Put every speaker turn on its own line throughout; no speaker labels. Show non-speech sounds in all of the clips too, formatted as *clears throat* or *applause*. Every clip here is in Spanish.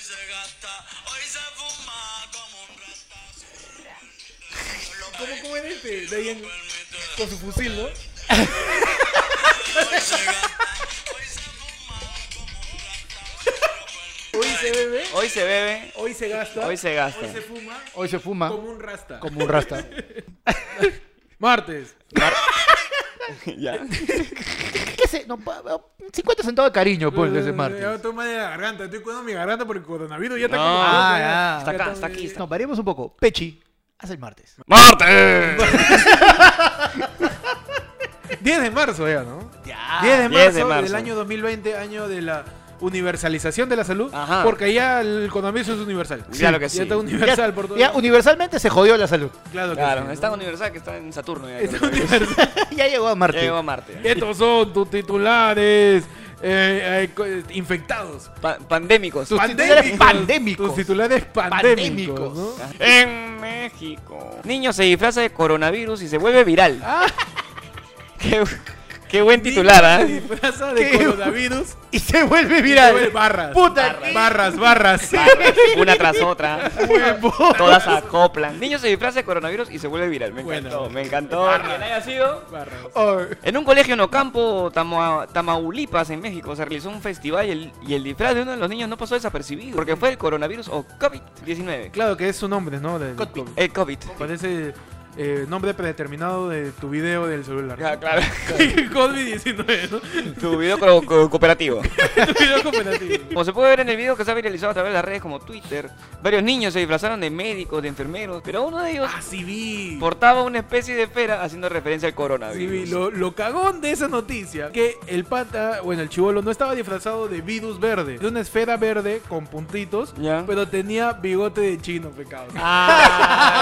se gasta, hoy se fuma como un rata.
¿Cómo, cómo era este? De ahí en- con su fusil, ¿no?
Hoy se gasta, hoy se fuma como un rata.
Hoy se bebe,
Hoy se bebe,
hoy se gasta,
Hoy se gasta.
hoy se fuma
Hoy se fuma
como un rasta.
como un rasta.
Martes.
ya.
¿Qué sé? No, pa- pa- 50 centavos de cariño, pues, de ese
Ya
martes.
toma de la garganta, estoy cuidando mi garganta porque el coronavirus ya está
No,
con la
ah,
boca,
ya.
Está acá,
está
está
muy
aquí.
bien.
Está...
No, variemos un poco. Pechi, haz el martes.
¡Martes!
10 de marzo ya, ¿no?
Ya.
10 de marzo,
10 de marzo.
del año 2020, año de la universalización de la salud,
Ajá.
porque ya el coronavirus es universal.
Ya lo que sí.
Ya está universal por todo.
Ya
lado.
universalmente se jodió la salud. *laughs*
claro que sí,
Claro,
¿no?
está en Universal, que está en Saturno.
*laughs*
Ya,
Está universal.
ya llegó a
Ya
martes.
llegó a Marte.
Estos son tus titulares eh, eh, co- eh, infectados.
Pa- pandémicos.
Tus
titulares
pandémicos,
pandémicos.
Tus titulares pandémicos.
Pandémicos.
¿no?
En México. Niño se disfraza de coronavirus y se vuelve viral.
Ah.
Qué, qué buen titular, ¿ah?
Se disfraza de
¿Qué? *laughs*
coronavirus.
Y se vuelve
Mira,
viral.
barras.
Puta, ¿qué?
barras, barras.
Una tras otra. Todas acoplan. Niño se disfraza de coronavirus y se vuelve viral. Me encantó,
Bueno. Ah,
me encantó. Quien haya sido.
barras.
Oh.
En un colegio en Ocampo, Tama- Tamaulipas, en México, se realizó un festival y el, y el disfraz de uno de los niños no pasó desapercibido porque fue el coronavirus o COVID-19.
Claro que es su nombre, ¿no? Del-
Cockpit.
El COVID.
Con ese eh, nombre predeterminado de tu video del celular. *laughs*
Ah, claro. *laughs*
COVID-19, ¿no? *laughs*
Tu video co- co- cooperativo.
tu video cooperativo.
Como se puede ver en el video que se ha viralizado a través de las redes como Twitter, varios niños se disfrazaron de médicos, de enfermeros, pero uno de ellos
Ah, sí vi.
portaba una especie de esfera haciendo referencia al
Sí vi.
coronavirus.
Lo, lo cagón de esa noticia, que el pata, bueno, el chivolo no estaba disfrazado de virus verde, de una esfera verde con puntitos,
Ya.
pero tenía bigote de chino, pecado.
Ah,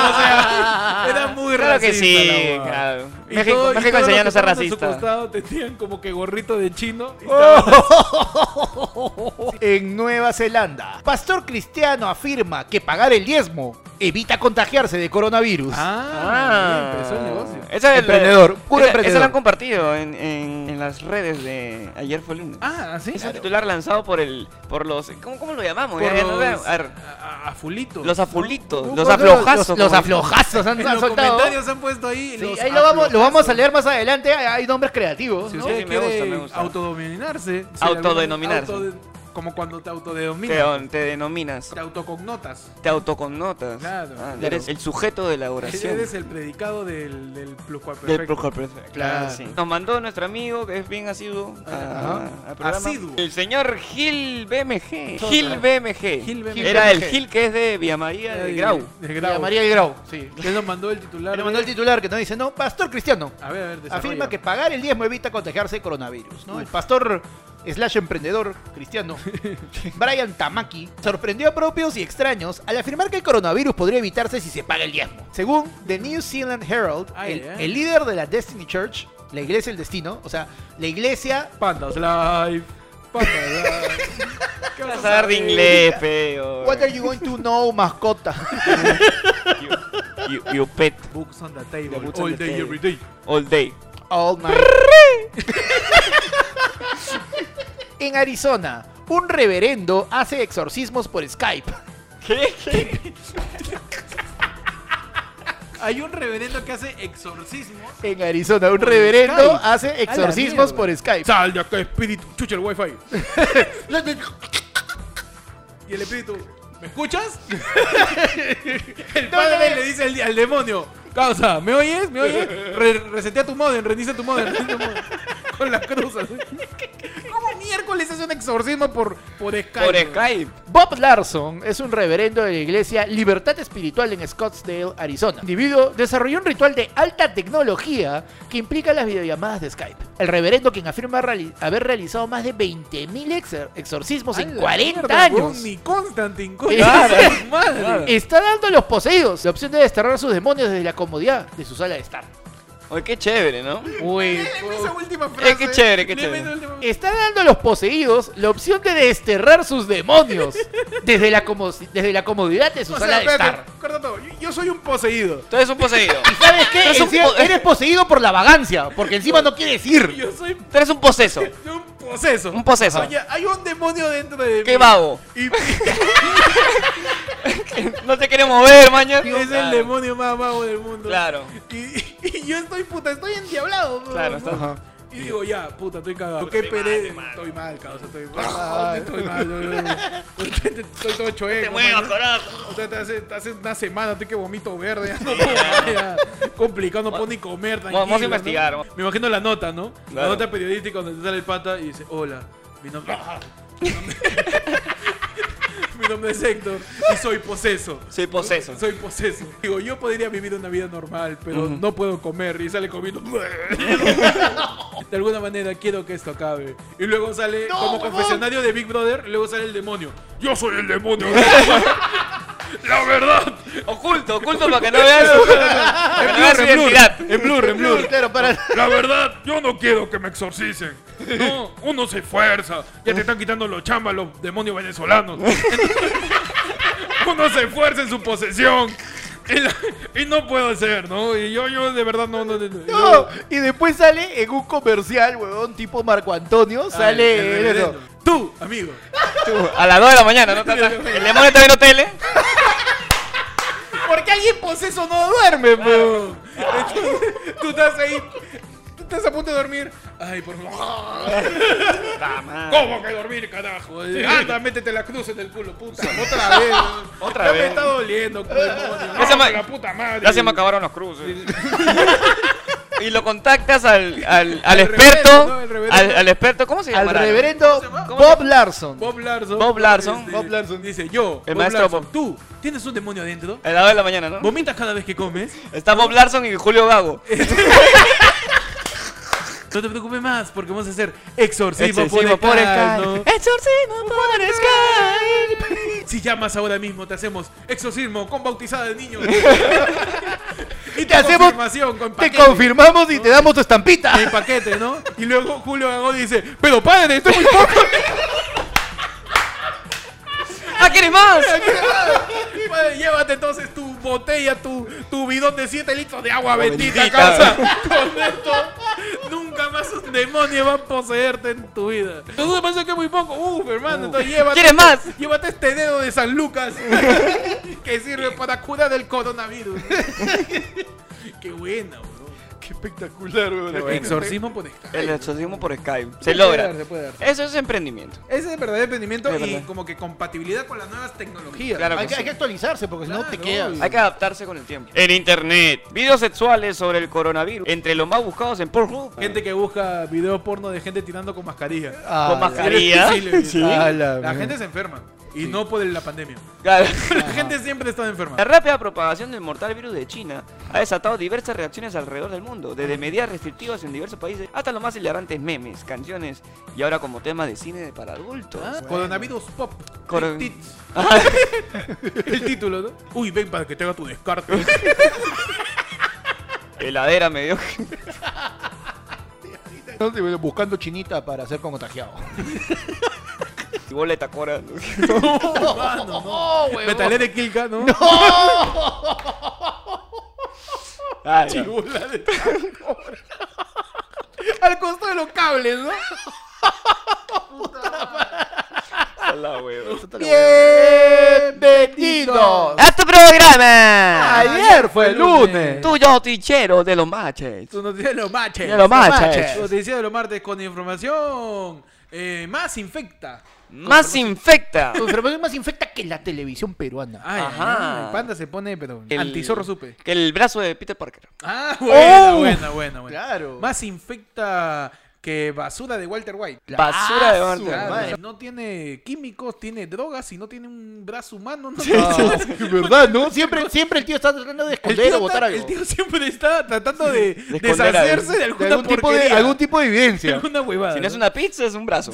*laughs* O sea, era muy
claro que
racista
sí,
la huevada.
claro.
Y
México,
todo- y todos
México
los
enseñando a
que estaban
ser
a su
racista. Oh.
costado tenían como que gorrito de chino. y
En Nueva Zelanda, pastor cristiano afirma que pagar el diezmo evita contagiarse de coronavirus.
Ah, empezó el negocio.
Esa es eh, la-
Emprendedor, puro
esa-
emprendedor.
esa la han compartido en, en- en las redes de ayer fue lunes.
Ah, sí.
Es un titular lanzado por el por los ¿cómo, cómo lo llamamos?
Por
Ya, ya no sé,
los,
a ver,
a- a- afulitos.
los afulitos,
¿Cómo
los
son
aflojazos.
Los, los
como dicen.
aflojazos han,
En
han
los
soltado.
comentarios han puesto ahí.
Sí,
los
ahí lo vamos, lo vamos a
aflojazos.
leer más adelante. Hay hay nombres creativos.
Si
¿no?
usted
Sí, me
quiere
gusta, me gusta.
autodominarse. si
Autodenominarse.
alguna- autode- como cuando te
Te,
autodenominas.
te denominas,
Te autocognotas.
te autoconnotas.
Claro,
Ah,
claro.
Eres el sujeto de la oración.
Eres el predicado del, del pluscuamperfecto.
Del Procor-
Claro.
Claro, sí. Nos mandó nuestro amigo, que es bien asiduo a-
Ajá.
al programa.
Asiduo.
El señor Gil BMG. Gil BMG.
Gil BMG.
Era el Gil que es de Villa María
Ay,
de Grau.
de
Y a
Grau.
María del Grau, sí.
Que nos mandó el titular.
Le mandó el
de-
titular que nos dice, no, pastor cristiano.
A ver, a ver, desarrolla.
Afirma que pagar el diezmo evita contagiarse de coronavirus. ¿no? El pastor slash emprendedor cristiano Brian Tamaki sorprendió a propios y extraños al afirmar que el coronavirus podría evitarse si se paga el diezmo. Según The New Zealand Herald,
Ay,
el,
ay.
el líder de la Destiny Church, la iglesia del destino, o sea, la iglesia...
Pandas Live. Pandas
*laughs*
Live. ¿Qué vas a
Vas a dar de
saber?
inglés, feo.
What are you going to know, mascota?
You, you pet
Books on the table.
The books on
all
the
day,
table.
every day.
all day.
All night. en Arizona, un reverendo hace exorcismos por Skype.
¿Qué?
Hay un reverendo que hace exorcismo.
En Arizona, un
Por
reverendo
Skype. A la
hace exorcismos
mierda.
por Skype.
Sal de acá, espíritu. Chucha el
*laughs*
wifi. Y el espíritu, ¿me
*laughs*
escuchas? el padre le dice al, al demonio, causa, ¿me oyes? ¿Me oyes? Re- resetea tu modem, reinicia tu modem, reinicia tu
*laughs*
modem. Con las cruzas. *laughs* ¿Cómo miércoles hace un exorcismo por, por Skype?
Por Skype.
Bob Larson es un reverendo de la iglesia Libertad Espiritual en Scottsdale, Arizona. El individuo desarrolló un ritual de alta tecnología que implica las videollamadas de Skype. El reverendo, quien afirma reali- haber realizado más de 20.000 exor- exorcismos
A
en
la
40
mierda,
años.
huevón, Ni Constantine,
Claro.
concha de *laughs* su madre. Eh,
Claro.
Está dando a los poseídos la opción de desterrar sus demonios desde la comodidad de su sala de estar.
Oye, qué chévere, ¿no?
Uy.
Léeme esa última frase.
Eh, qué chévere, qué
Léeme
chévere. Eh,
esa última-
Está dando a los poseídos la opción de desterrar sus demonios desde la, como- desde la comodidad de su
O sea,
sala de
espérate,
estar.
corta todo. Yo, yo soy un poseído.
Tú eres un poseído.
¿Y sabes qué?
Es un
Encima
po-
eres poseído por la vagancia, porque encima no quieres ir.
Yo soy
Tú eres un poseso.
un poseso.
Un poseso.
Oye, hay un demonio dentro de mí.
*laughs* Qué vago.
Y,
no te quiere mover, maña.
Es el
Claro,
demonio más mago del mundo.
Claro,
Y, y yo estoy, puta, estoy endiablado.
claro.
weón.
está-
Y digo, ya, puta, estoy cagado. Qué pereza. Estoy mal, causa,
*laughs*
estoy mal. Estoy mal, weón. Estoy todo chueco.
Te muevas,
man.
carajo.
O sea, te hace, te hace una semana estoy que vomito verde. Ya no puedo más, ya. Complicado, no puedo ni comer. tranquilo,
vamos a
¿no?
investigar, vamos.
Me imagino la nota, ¿no? La
Claro.
nota periodística donde te sale el pata y dice: Hola, mi nombre.
Ah.
*laughs* mi nombre es Héctor y soy poseso.
Soy poseso.
Soy poseso. Digo, yo podría vivir una vida normal, pero no puedo comer y sale comiendo.
*laughs*
de alguna manera quiero que esto acabe. Y luego sale como confesionario de Big Brother, y luego sale el demonio. Yo soy el demonio. La verdad.
Oculto, oculto para que no veas.
Ah,
para que no veas su identidad.
En blur, en blur.
Claro, para.
La verdad, yo no quiero que me exorcicen. No, uno se esfuerza. Ya te están quitando los chambas los demonios venezolanos. uno se esfuerza en su posesión. Y, la- y no puedo hacer, ¿no? Y yo, yo de verdad no... no, no,
No, y después sale en un comercial, huevón, tipo Marco Antonio, sale
Ah, el
el
reverendo. Tú,
*laughs*
amigo.
Tú, A las 2 de la mañana, ¿no? Ta- ta- El demonio está viendo tele.
Porque alguien poseso no duerme, bro. Entonces, tú estás ahí... Tú estás a punto de dormir. Ay, por favor. ¿Cómo que dormir, carajo? Anda, métete la cruz en el culo, puta. Otra vez.
*laughs* Otra
ya me
vez.
está doliendo, cu- demonio.
Ya se
No,
me-
la puta madre.
Ya se me acabaron los cruces. Y lo contactas al, al, al experto.
reverendo, ¿no? El reverendo.
al, al experto, ¿cómo se llama?
Al reverendo Bob Larson.
Bob Larson.
Bob Larson.
Este,
Bob Larson.
Dice, yo.
El maestro
Larson,
Bob.
Tú, ¿tienes un demonio adentro?
A las 2 de la mañana, ¿no?
¿Vomitas cada vez que comes?
Está Bob Larson y Julio Gago.
No te preocupes más, porque vamos a hacer exorcismo,
Exorcismo
por
por
el
Skype. Exorcismo por Skype.
*laughs* Si llamas ahora mismo, te hacemos exorcismo con bautizada de
*laughs*
niños. y
Te hacemos-
confirmación con
Te
paquete.
confirmamos y te damos tu estampita.
de paquete, ¿no? Y luego Julio Gago dice, pero padre, esto es muy
*laughs*
poco.
¡Ah, quieres más!
Padre, Pues, llévate entonces tu botella, tu, tu bidón de 7 litros de agua bendita,
bendita.
causa. Con esto, nunca más un demonio va a poseerte en tu vida. Entonces pasa que muy poco. Uf, hermano, entonces llévate.
¿Quieres más?
Llévate este dedo de San Lucas *laughs* que sirve para curar del coronavirus. *laughs* Qué buena, bro.
Qué espectacular, huevón.
Exorcismo por escape.
El exorcismo por Skype. Se logra.
dar, se puede dar.
Eso es emprendimiento.
Ese es el verdadero emprendimiento
Es
y
verdad.
como que compatibilidad con las nuevas tecnologías.
Claro
Hay
que
que, hay
sí.
que actualizarse porque si no te
Claro.
quedas.
Hay que adaptarse con el tiempo. En internet. Videos sexuales sobre el coronavirus. Entre los más buscados en Pornhub.
Gente que busca video porno de gente tirando con mascarilla.
Ah,
Con
la-
mascarilla.
Sí, le-
Sí. Ah, la-
La gente se enferma. Y no por la pandemia.
Claro.
La gente siempre está enferma.
La rápida propagación del mortal virus de China ha desatado diversas reacciones alrededor del mundo, desde medidas restrictivas en diversos países hasta los más hilarantes memes, canciones y ahora como tema de cine para adultos.
Ah, Coronavirus Pop.
Coron-
Tit- El título, ¿no? Uy, ven para que te haga tu descarte.
Heladera medio.
Entonces, Buscando chinita para ser contagiado.
*laughs* y boleta cora.
*laughs* *laughs* No, mano, *laughs* no. Metalé de Kilka, ¿no?
Ay,
Chibula de Al costo de los cables, ¿no?
la hueva.
Bienvenidos.
¡A tu Este
Ah,
programa!
Ayer fue el lunes.
Tuyo noticiero de los maches.
Tu noticia de los maches.
De los
Tu
maches.
noticia de los martes con información eh, más infecta.
Más infecta.
Tu enfermedad más infecta que la televisión peruana.
Ay,
Ajá.
ay, el panda se pone, pero
El-
antizorro supe.
Que el brazo de Peter Parker.
Ah, buena,
Oh.
buena, buena, buena.
Claro.
Más infecta que basura de Walter White.
Basura de
su
Walter.
Claro,
madre.
o sea, no tiene químicos, tiene drogas y no tiene un brazo humano. No,
Ah,
*laughs*
es *laughs* verdad, ¿no? Siempre, siempre el tío está tratando de
El
esconder
tío,
o botar
está-
algo.
el tío siempre está tratando de,
esconder
deshacerse de
De
alguna
algún, tipo de,
porquería,
algún tipo de
de
evidencia.
alguna huevada.
Si no es
¿no?
una pizza, es
*laughs*
un brazo.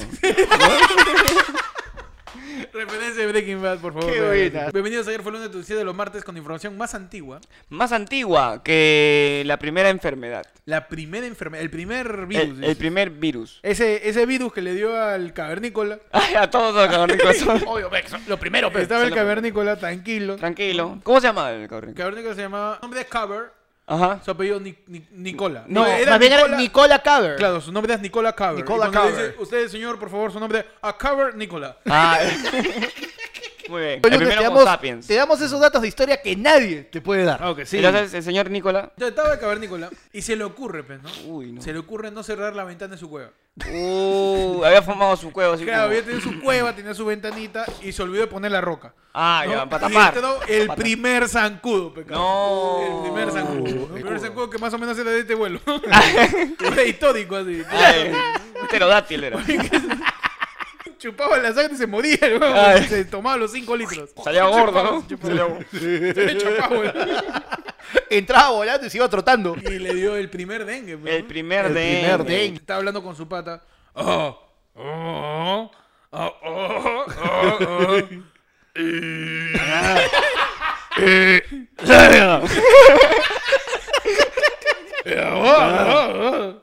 Referencia de Breaking Bad, por favor.
Qué
Referencia.
buena.
Bienvenidos a ayer fue el lunes tu día de los martes con información más antigua.
Más antigua que la primera enfermedad.
La primera enfermedad, el primer virus.
El, el
dices.
primer virus. *laughs*
ese, ese virus que le dio al cavernícola.
Ay, a todos los
*laughs*
cavernícolas.
Obvio, Bex, lo primero, pero.
Estaba el
lo-
cavernícola tranquilo.
Tranquilo. ¿Cómo se llama el
El
cavernícola?
cavernícola se llamaba. Nombre es Caver,
Ajá.
su apellido Ni- Ni- Nicola.
No,
era
más bien era
Nicola-
Nicola Caber.
Claro, su nombre es Nicola Caver.
Nicola
Y cuando le
Caver.
dice, Usted, señor, por favor, su nombre es a Caver Nicola.
Ah, Muy bien.
Lunes
El primero
te,
con
damos,
Sapiens.
te damos esos datos de historia que nadie te puede dar.
Ah,
Claro que sí.
Entonces, el señor Nicola.
Yo estaba de cavernícola y se le ocurre, pues, ¿no?
Uy, no.
Se le ocurre no cerrar la ventana de su cueva.
Uh, había formado su cueva así
Claro,
como-
había tenido su cueva, tenía su ventanita y se olvidó de poner la roca.
Ah,
¿no?
ya, para
Y
tapar.
entró el
Para-
primer zancudo, pecado.
No.
El primer zancudo. ¿no? El primer
Zancudo.
zancudo que más o menos era de este vuelo.
*laughs*
*laughs* Prehistórico así.
Ay, un pterodáctil era.
Chupaba la sangre y se moría, el huevón.
Ay.
Se tomaba los 5 litros.
Salía gordo, ¿no? Salía gordo.
*laughs* Se le chupaba, huevón.
*laughs* Entraba volando y se iba trotando.
y le dio el primer dengue. pues,
El
¿no?
primer
El
de.
primer dengue.
Está hablando con su pata. Oh, oh, oh, oh, oh, oh.
Ah,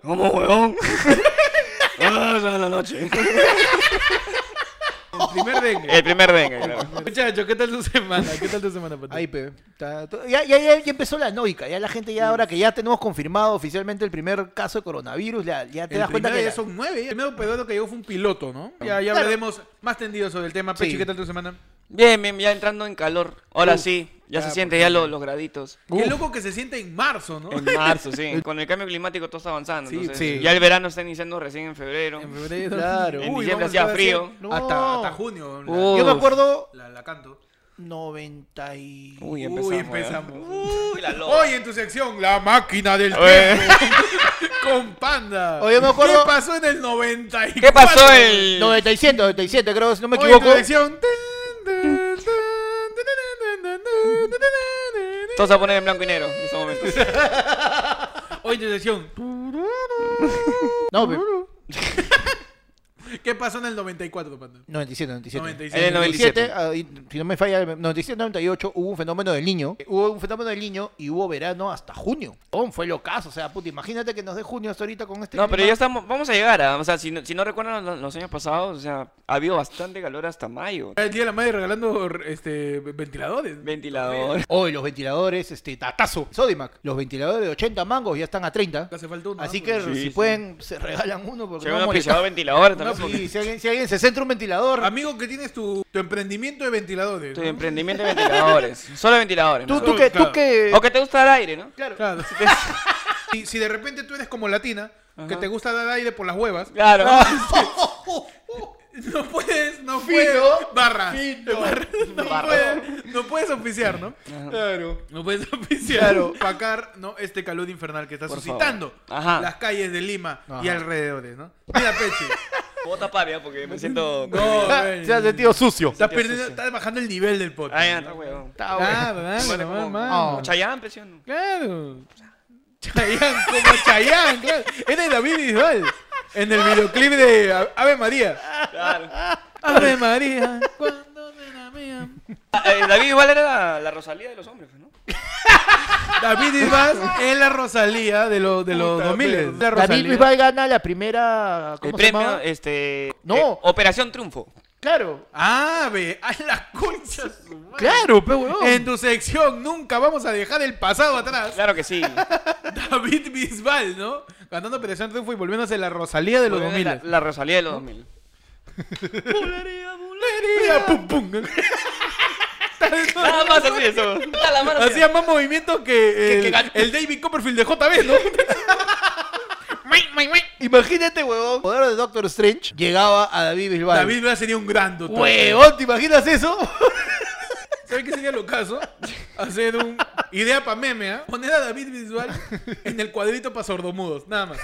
¿Cómo, huevón? Ah, son la noche.
El primer dengue.
El primer dengue, claro.
Muchachos, ¿qué tal tu semana? ¿Qué tal tu semana, pata?
Ahí, pe. Está to- Ya, ya, ya, ya empezó la noica. Ya la gente, ya ahora que ya tenemos confirmado oficialmente el primer caso de coronavirus, ya, ya te
El
das cuenta
primero
que.
ya
la-
son nueve. El primero pedodo que llegó fue un piloto, ¿no? Ya, ya
Claro.
hablaremos más tendido sobre el tema. Pechi,
Sí.
¿qué tal tu semana?
Bien, bien, ya entrando en calor. Ahora sí, ya,
ya,
se siente ya lo- los graditos.
Qué loco que se siente en marzo, ¿no?
En marzo, sí. Con el cambio climático todo está avanzando.
Sí,
entonces,
sí.
Ya el verano está iniciando recién en febrero.
En febrero.
Claro.
En
Uy,
diciembre
vamos a
hacía
estar así
frío.
No.
Hasta, hasta junio. la-
Uh.
Yo me acuerdo.
La, la canto.
90 y.
Uy, empezamos.
Uy,
¿eh?
empezamos.
Uy, la loca.
Hoy en tu sección, la máquina del
Oye.
tiempo. con panda.
Oye, me acuerdo-
¿Qué pasó en el 94?
¿Qué pasó el...?
97, 97, creo, si no me
Hoy en tu
equivoco.
sección. tan, tan, tan, tan, tan, tan, tan, tan, tan.
Todos a poner en blanco y negro en este estos *laughs* momentos.
Hoy en tu sección.
No, pe.
¿Qué pasó en el 94, panda?
97, 97.
97.
En el 97.
97, ah, y si no me falla, 97, 98 hubo un fenómeno del niño. Eh, Hubo un fenómeno del niño y hubo verano hasta junio. Oh, fue lo caso, o sea, puta, imagínate que nos dé junio hasta ahorita con este.
No, pero
clima.
ya estamos, vamos a llegar a, o sea, si no, si no recuerdan los, los años pasados, o sea, ha habido bastante calor hasta mayo.
El día de la madre regalando este, ventiladores.
Ventilador.
Hoy los ventiladores, este, tatazo, Sodimac. Los ventiladores de 80 mangos ya están a 30.
Hace falta uno.
Así
¿no?
que
Porque-
Sí,
si
sí.
pueden, se regalan uno
*laughs*
porque
Llegó
no
un
molesta.
auspiciador ventilador
No,
también. porque
sí, si, alguien, si alguien se centra un ventilador,
Amigo que tienes tu, tu emprendimiento de ventiladores.
Tu
¿no?
emprendimiento de *laughs* ventiladores. Solo ventiladores.
tú,
¿no?
tú que, tú
Claro.
que...
O que te gusta el aire, ¿no?
Claro.
Claro. si, si de repente tú eres como latina, que
Ajá.
te gusta dar aire por las huevas, ¡Oh!
Claro. *laughs*
no puedes, no
Fino.
puedes. Barra. Barra. No,
Barra.
Puedes, no puedes oficiar, ¿no? Claro. No puedes *laughs* oficiar.
Claro.
Pacar, ¿no? Este calor infernal que está
Por
suscitando
favor. Ajá.
las calles de Lima y
Ajá.
alrededores, ¿no? Mira, Peche.
Puedo tapar ya porque me siento...
No, güey.
*laughs* Se ha sentido sucio.
Estás perdiendo, estás bajando el nivel del podcast.
Ay, ya está huevón.
Está bueno.
Ah,
*laughs*
¿verdad?
Vale,
Normal,
Ah. como-
mano.
como Chayanne, *laughs* presión.
Claro. Chayán, como Chayán, claro. Era de David Bisbal. En el videoclip de A- Ave María.
Claro.
Ave María, cuando me la mía.
Ah, eh, David igual era la, la Rosalía de los hombres, ¿no?
David Bisbal es la Rosalía de, los de los 2000. La Rosalía.
David Bisbal gana la primera...
El
¿Cómo se
premio,
llama?
este...
No.
eh, Operación Triunfo.
Claro.
Ah, ve, a la concha. su madre.
Claro, pe, huevón.
En tu sección nunca vamos a dejar el pasado atrás.
Claro que *laughs* sí.
David Bisbal, ¿no? Cantando Operación Triunfo y volviéndose la Rosalía de los
La,
2000.
la Rosalía de los 2000.
Mira, pum, pum.
Nada más así eso. Está la mano.
Hacía más movimientos que
que
el,
gan-
el David Copperfield de JB, ¿no?
Imagínate, huevón. El poder de Doctor Strange llegaba a David Bisbal.
David Bisbal sería un gran doctor.
Huevón, ¿te imaginas eso?
*laughs* ¿Sabes qué sería lo caso? Hacer un... Idea para meme, ¿ah? Poner a David Bisbal en el cuadrito para sordomudos, nada más.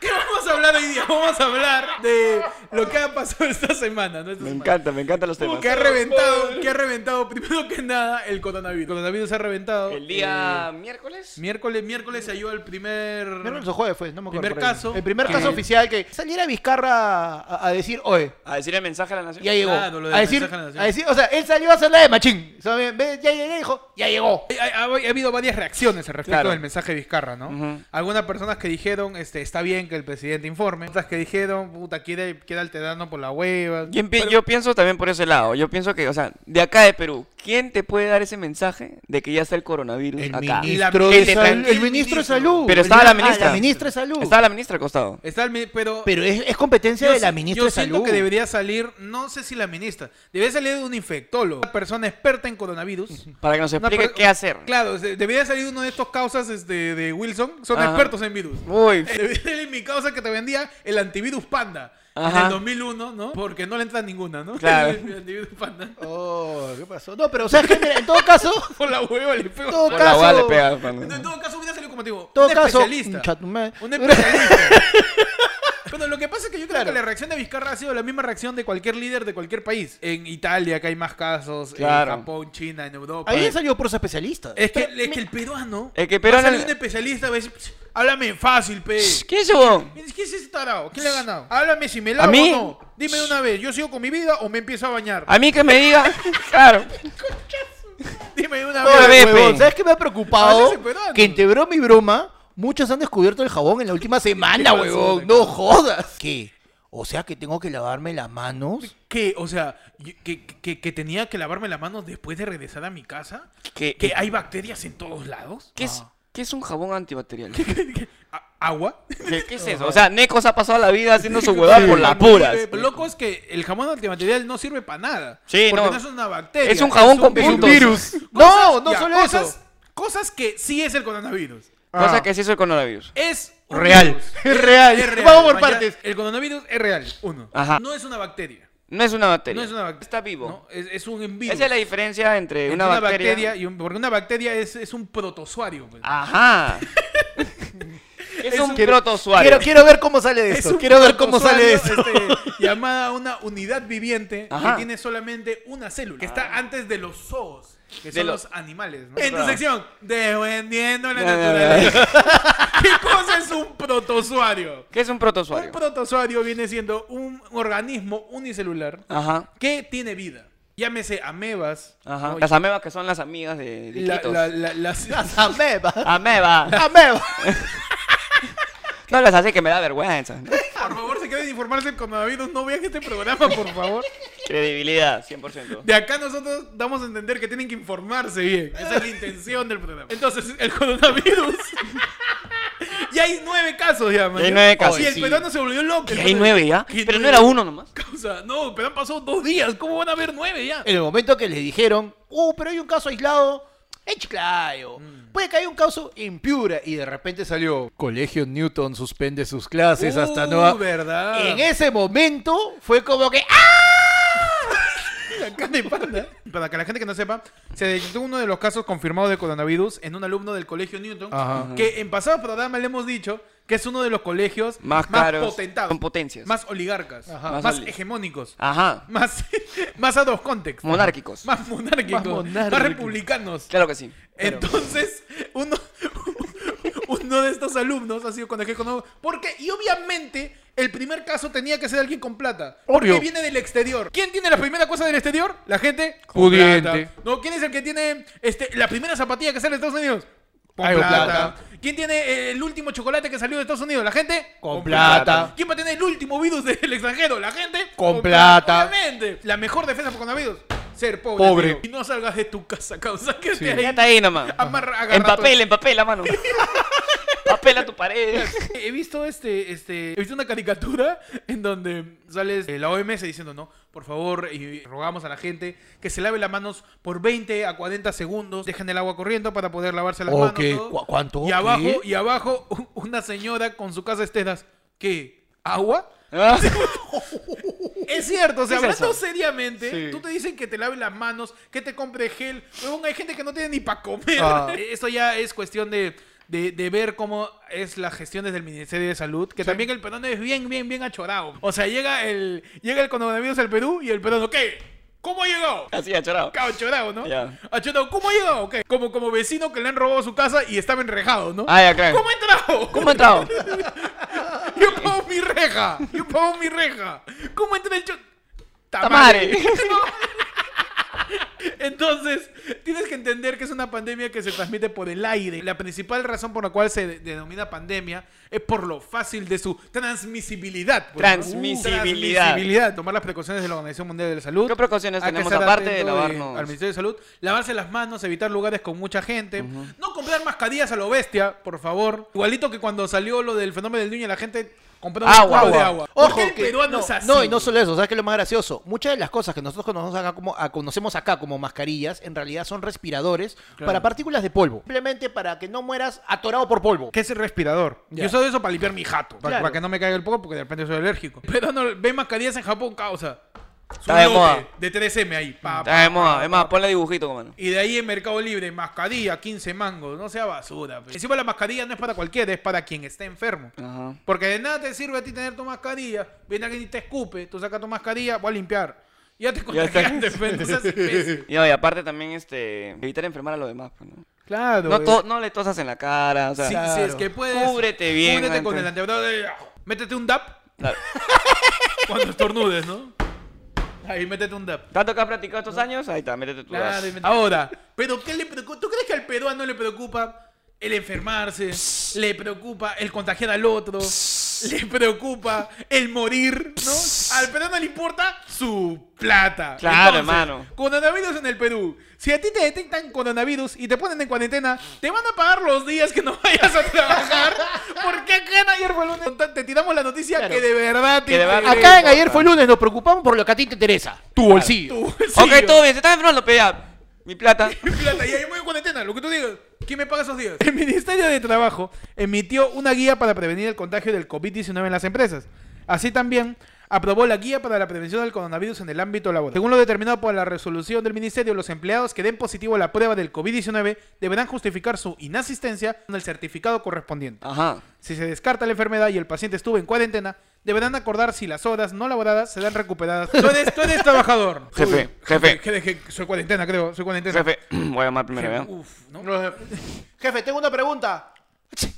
¿Qué vamos a hablar hoy día? Vamos a hablar de lo que ha pasado esta semana, ¿no? Esta
Me
semana.
encanta, me encantan los temas.
Que ha reventado, que ha reventado primero que nada el coronavirus. El coronavirus ha reventado. Eh,
El día miércoles.
Miércoles, miércoles se halló el primer...
Miércoles o jueves fue, no me acuerdo.
Primer
por ahí.
caso. Eh.
El primer
Que-
caso oficial que saliera Vizcarra a, a decir, oye,
A decir el mensaje a la nación.
ya llegó.
Claro, lo del
a, decir,
mensaje a la nación.
a decir, o sea, él salió a hacer la de machín. O sea, ve- ve, ya llegué, dijo, ya llegó.
Ha, ha- Eh, ha habido varias reacciones al respecto
Claro.
del mensaje de Vizcarra, ¿no?
Ujú.
Algunas personas que dijeron, este, está bien que el presidente informe. Otras que dijeron, puta, quiere, quiere alterarnos por la hueva.
Yo, pi- yo pienso también por ese lado. Yo pienso que, o sea, de acá de Perú, ¿qué ¿Quién te puede dar ese mensaje de que ya está el coronavirus
El
acá?
ministro,
Y la-
de, sal-
el
el ministro de salud.
Pero estaba
El-
la
ah,
ministra.
la ministra de salud.
Estaba la ministra al costado.
Está el mi- pero,
Pero es, es competencia
yo
de la
si-
ministra
yo
de
siento
salud.
que debería salir, no sé si la ministra, debería salir de un infectólogo, una persona experta en coronavirus.
Para que
*laughs*
nos
Una
explique
per-
qué hacer.
Claro, se- debería salir uno de estos causas este, de Wilson, son
Ajá.
expertos en virus. *laughs*
Uy,
Eh, Debería salir mi causa que te vendía el antivirus panda en
Ajá.
el 2001, ¿no? Porque no le entra ninguna, ¿no?
Claro.
*laughs* El antivirus panda.
Oh, ¿qué pasó? No, pero o sea, que mira, en todo caso,
*laughs* Por la hueva le
en
pego.
todo
por la guada le
caso, en
pega. cuando-
En todo caso hubiera salido como te digo,
todo
un
caso,
especialista.
un chatumé.
Un especialista. Pero lo que pasa es que yo creo que la reacción de Vizcarra ha sido la misma reacción de cualquier líder de cualquier país. En Italia, que hay más casos,
Claro.
en Japón, China, en Europa.
Ahí han salido puros especialistas.
Es que,
Pero
es
me-
que el peruano.
Es
va
que
a
peruano-
salir un especialista va a decir, "Pss, háblame fácil, pe.
¿Quién es ese huevón?
¿Qué es ese tarado? ¿Quién le ha ganado? Háblame si me lavo
¿A mí? Ah.
o no. Dime de una vez, ¿yo sigo con mi vida o me empiezo a bañar?
A mí que me diga. *laughs* Claro.
Dime de una
Ahora
vez.
ve,
Huevón,
pe.
¿Sabes qué me ha
Ahora
preocupado?
sí, pero ando.
Que entebró mi broma. Muchos han descubierto el jabón en la última semana,
pasó,
huevón.
Neco?
No jodas. ¿Qué? O sea que tengo que lavarme las manos.
Que, o sea, yo- que, que, que tenía que lavarme las manos después de regresar a mi casa.
¿Qué,
Que hay bacterias en todos lados. *laughs*
qué es, qué es un jabón antibacterial?
A- Agua.
¿Qué, qué es eso? O sea, Necos ha pasado la vida haciendo su huevada por las puras.
Lo pues, loco es que el jabón antibacterial no sirve para nada.
Sí,
porque
no.
no. es una bacteria.
Es un jabón con
virus.
puntos.
No, no
ya,
solo
cosas,
eso.
Cosas que sí es el coronavirus.
Cosa que es eso el coronavirus.
Es un
Real.
virus.
Es real. Vamos por partes.
El coronavirus es real. Uno.
Ajá.
No es una bacteria.
No es una bacteria.
No es una bacteria.
Está vivo.
No, es, es un virus.
Esa es la diferencia
Entre
entre Eh, una, bacteria... Ah,
y un- porque una bacteria es, es un protozoario. pues. *laughs*
Ajá. es,
Es
un
un-
protozoario.
Quiero, quiero ver cómo sale de
Es
eso.
un
Quiero ver cómo sale de eso. *laughs*
protozoario, este, *laughs* llamada una unidad viviente
Ajá. Ah.
que tiene solamente una célula. Que está antes de los zoos, que
De
son
lo-
los animales. ¿no? En tu
Claro.
sección, defendiendo la
Ya, ya, ya.
naturaleza.
*laughs*
*laughs* ¿Qué cosa es un protozoario?
¿Qué es un protozoario?
Un protozoario viene siendo un organismo unicelular
Ajá.
que tiene vida. Llámese amebas.
Ajá.
¿no?
Las amebas que son las amigas de, de
La-
Quitos.
la- la- las-
Ameba.
*laughs*
Ameba.
Ameba.
*laughs* No las hace que me da vergüenza.
Por favor, si quieren informarse con coronavirus, no vean este programa, por favor.
Credibilidad, 100%.
De acá nosotros damos a entender que tienen que informarse bien. Esa es la intención del programa. Entonces, el coronavirus. *laughs* ya hay nueve casos, ya, man.
Ya hay nueve casos,
Y el
sí.
peruano se volvió loco.
Y hay nueve ya.
¿Qué
Pero no
nueve?
era uno nomás.
Causa, no, pero han pasado dos días. ¿Cómo van a haber nueve ya?
En el momento que les dijeron, uh, pero hay un caso aislado en Chiclayo.
Mm.
Puede que haya un caso en Piura. Y de repente salió, Colegio Newton suspende sus clases hasta
Uh,
nueva...
verdad.
En
Ah.
ese momento fue como que, ¡ah!
La cara de panda. Para que la gente que no sepa, se detectó uno de los casos confirmados de coronavirus en un alumno del colegio Newton,
Ajá.
que en pasado programa le hemos dicho que es uno de los colegios
Más caros,
potentados,
con potencias.
más oligarcas,
Ajá.
más,
Más oli-
hegemónicos,
Ajá.
más, *laughs* más a dos contextos,
Monárquicos.
más monárquicos,
Más
más,
monárquicos.
republicanos.
Claro que sí.
Entonces, uno, *laughs* uno de estos alumnos ha sido contagiado con algo- Porque, y obviamente, el primer caso tenía que ser alguien con plata. Porque
Obvio.
viene del exterior. ¿Quién tiene la primera cosa del exterior? La gente con
Pudiente.
plata. No, ¿quién es el que tiene este, la primera zapatilla que sale de Estados Unidos? Con
Ay, con
plata.
plata.
¿Quién tiene eh, el último chocolate que salió de Estados Unidos? La gente
Con plata.
¿Quién va a tener el último virus del extranjero? La gente
Con plata.
Obviamente. La mejor defensa por coronavirus. Ser pobre.
Pobre.
tío. Y no salgas de tu casa, causa que te
Ya está ahí nomás.
Amarra- agarra
En papel,
todo.
en papel, la mano. Papel a tu pared.
*laughs* He visto este, este, he visto una caricatura en donde sale eh, la OMS diciendo, no, por favor, y rogamos a la gente que se lave las manos por 20 a 40 segundos, dejen el agua corriendo para poder lavarse las
Ok,
manos. todo.
¿cu- cuánto?
Y
¿Qué?
abajo, y abajo, *laughs* u- una señora con su casa esteras, ¿qué? ¿Agua?
Ah.
Es cierto, o sea,
¿Qué es
hablando
eso?
seriamente,
Sí.
tú te dicen que te lave las manos, que te compre gel. Huevón, hay gente que no tiene ni para comer.
Ah.
*laughs* Eso ya es cuestión de, de- de ver cómo es la gestión desde el Ministerio de Salud, que también el peruano es bien, bien, bien achorado. O sea, llega el, llega el coronavirus al Perú y el peruano, ¿qué? ¿Cómo ha llegado?
Así, achorado.
Achorado, ¿no?
Ya.
Achorado, ¿cómo ha llegado? ¿Qué? Como, como vecino que le han robado su casa y estaba enrejado, ¿no?
Ah, ya, claro.
¿Cómo ha entrado?
¿Cómo ha entrado?
*laughs* Yo pongo mi reja. Yo pongo eh. mi reja. ¿Cómo entra el cho...
Tamare.
Entonces, tienes que entender que es una pandemia que se transmite por el aire. La principal razón por la cual se de- denomina pandemia es por lo fácil de su transmisibilidad. pues, ¿no?
Transmisibilidad.
Transmisibilidad. Tomar las precauciones de la Organización Mundial de la Salud.
¿Qué precauciones
Hay que
tenemos
estar
aparte de
atento
lavarnos?
Al Ministerio de Salud. Lavarse las manos, evitar lugares con mucha gente. No comprar mascarillas a lo bestia, por favor. Igualito que cuando salió lo del fenómeno del niño y la gente compró un
Agua,
cubo de
agua.
agua. ¿Por
Ojo,
qué el
que-
peruano
no,
es así?
no, y no solo eso, ¿sabes qué es lo más gracioso? Muchas de las cosas que nosotros conocemos acá como, a- conocemos acá como mascarillas, en realidad son respiradores para partículas de polvo. Simplemente para que no mueras atorado por polvo.
¿Qué es el respirador?
Ya.
Yo uso eso para limpiar mi jato, para,
Claro.
para que no me caiga el polvo porque de repente soy alérgico. *laughs* Pero no, ve mascarillas en Japón, causa. Su
Está de
lote
moda.
De 3M ahí. pa, pa.
Está de moda. Es más, ponle dibujito, mano.
Y de ahí en Mercado Libre, mascarilla, 15 mangos, no sea basura. pe. Encima la mascarilla no es para cualquiera, es para quien está enfermo.
Ajá.
Porque de nada te sirve a ti tener tu mascarilla, viene alguien y te escupe, tú sacas tu mascarilla, voy a limpiar. Ya te
Ya está.
contagiaste, *laughs* pe, no
*laughs*
seas imbécil.
Y, oye, aparte también, este, evitar enfermar a los demás, pues, ¿no?
Claro.
No,
pe.
to- no le tosas en la cara, o sea,
si, si es que puedes.
Cúbrete bien
Cúbrete con
antes.
el antebrazo de. Métete un dap
claro.
Cuando estornudes, ¿no? Ahí métete un dap.
Tanto que has practicado estos años, ahí está, métete tu brazo.
Ahora, ¿pero qué le preocupa? ¿Tú crees que al peruano le preocupa el enfermarse? ¿Le preocupa el contagiar al otro? ¿Le preocupa el morir? ¿No? Al peruano le importa su plata.
Claro, hermano.
Coronavirus en el Perú. Si a ti te detectan coronavirus y te ponen en cuarentena, te van a pagar los días que no *laughs* vayas a trabajar. Porque acá en ayer fue el lunes. Te tiramos la noticia
Claro.
que de verdad te *laughs*
Que de verdad-
interesa.
Acá en ayer fue lunes, nos preocupamos por lo que a ti te interesa. Tu bolsillo.
Tu
Ok,
bolsillo.
todo bien, se está enfermando, pero ya, mi plata.
plata y ahí voy en cuarentena, lo que tú digas. ¿Quién me paga esos días? El Ministerio de Trabajo emitió una guía para prevenir el contagio del COVID-19 en las empresas. Así también aprobó la guía para la prevención del coronavirus en el ámbito laboral. Según lo determinado por la resolución del Ministerio, los empleados que den positivo a la prueba del COVID-19 deberán justificar su inasistencia con el certificado correspondiente. *laughs*
Ajá.
Si se descarta la enfermedad y el paciente estuvo en cuarentena, deberán acordar si las horas no laboradas serán recuperadas. Tú eres, tú eres trabajador.
Jefe, jefe.
Que- que- que soy cuarentena, creo. Soy cuarentena.
Jefe, *clears throat* voy a llamar primero,
*laughs*
¿verdad?
Uf, ¿no?
Jefe, tengo una pregunta.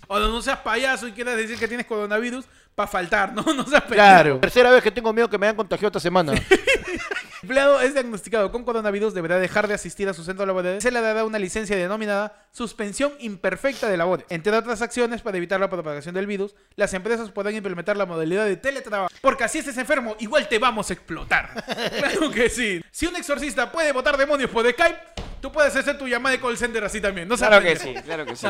O no seas payaso y quieras decir que tienes coronavirus para faltar, ¿no? *laughs* No seas payaso.
Tercera vez que tengo miedo que me hayan contagiado esta semana.
El empleado es diagnosticado con coronavirus, deberá dejar de asistir a su centro laboral. Se le dará una licencia denominada suspensión imperfecta de labores. Entre otras acciones para evitar la propagación del virus, las empresas podrán implementar la modalidad de teletrabajo. Porque así estés enfermo, igual te vamos a explotar. *laughs* claro que sí. Si un exorcista puede botar demonios por Skype, tú puedes hacer tu llamada de call center así también. No seas
Claro que
pendejo.
sí,
*laughs*
claro que sí.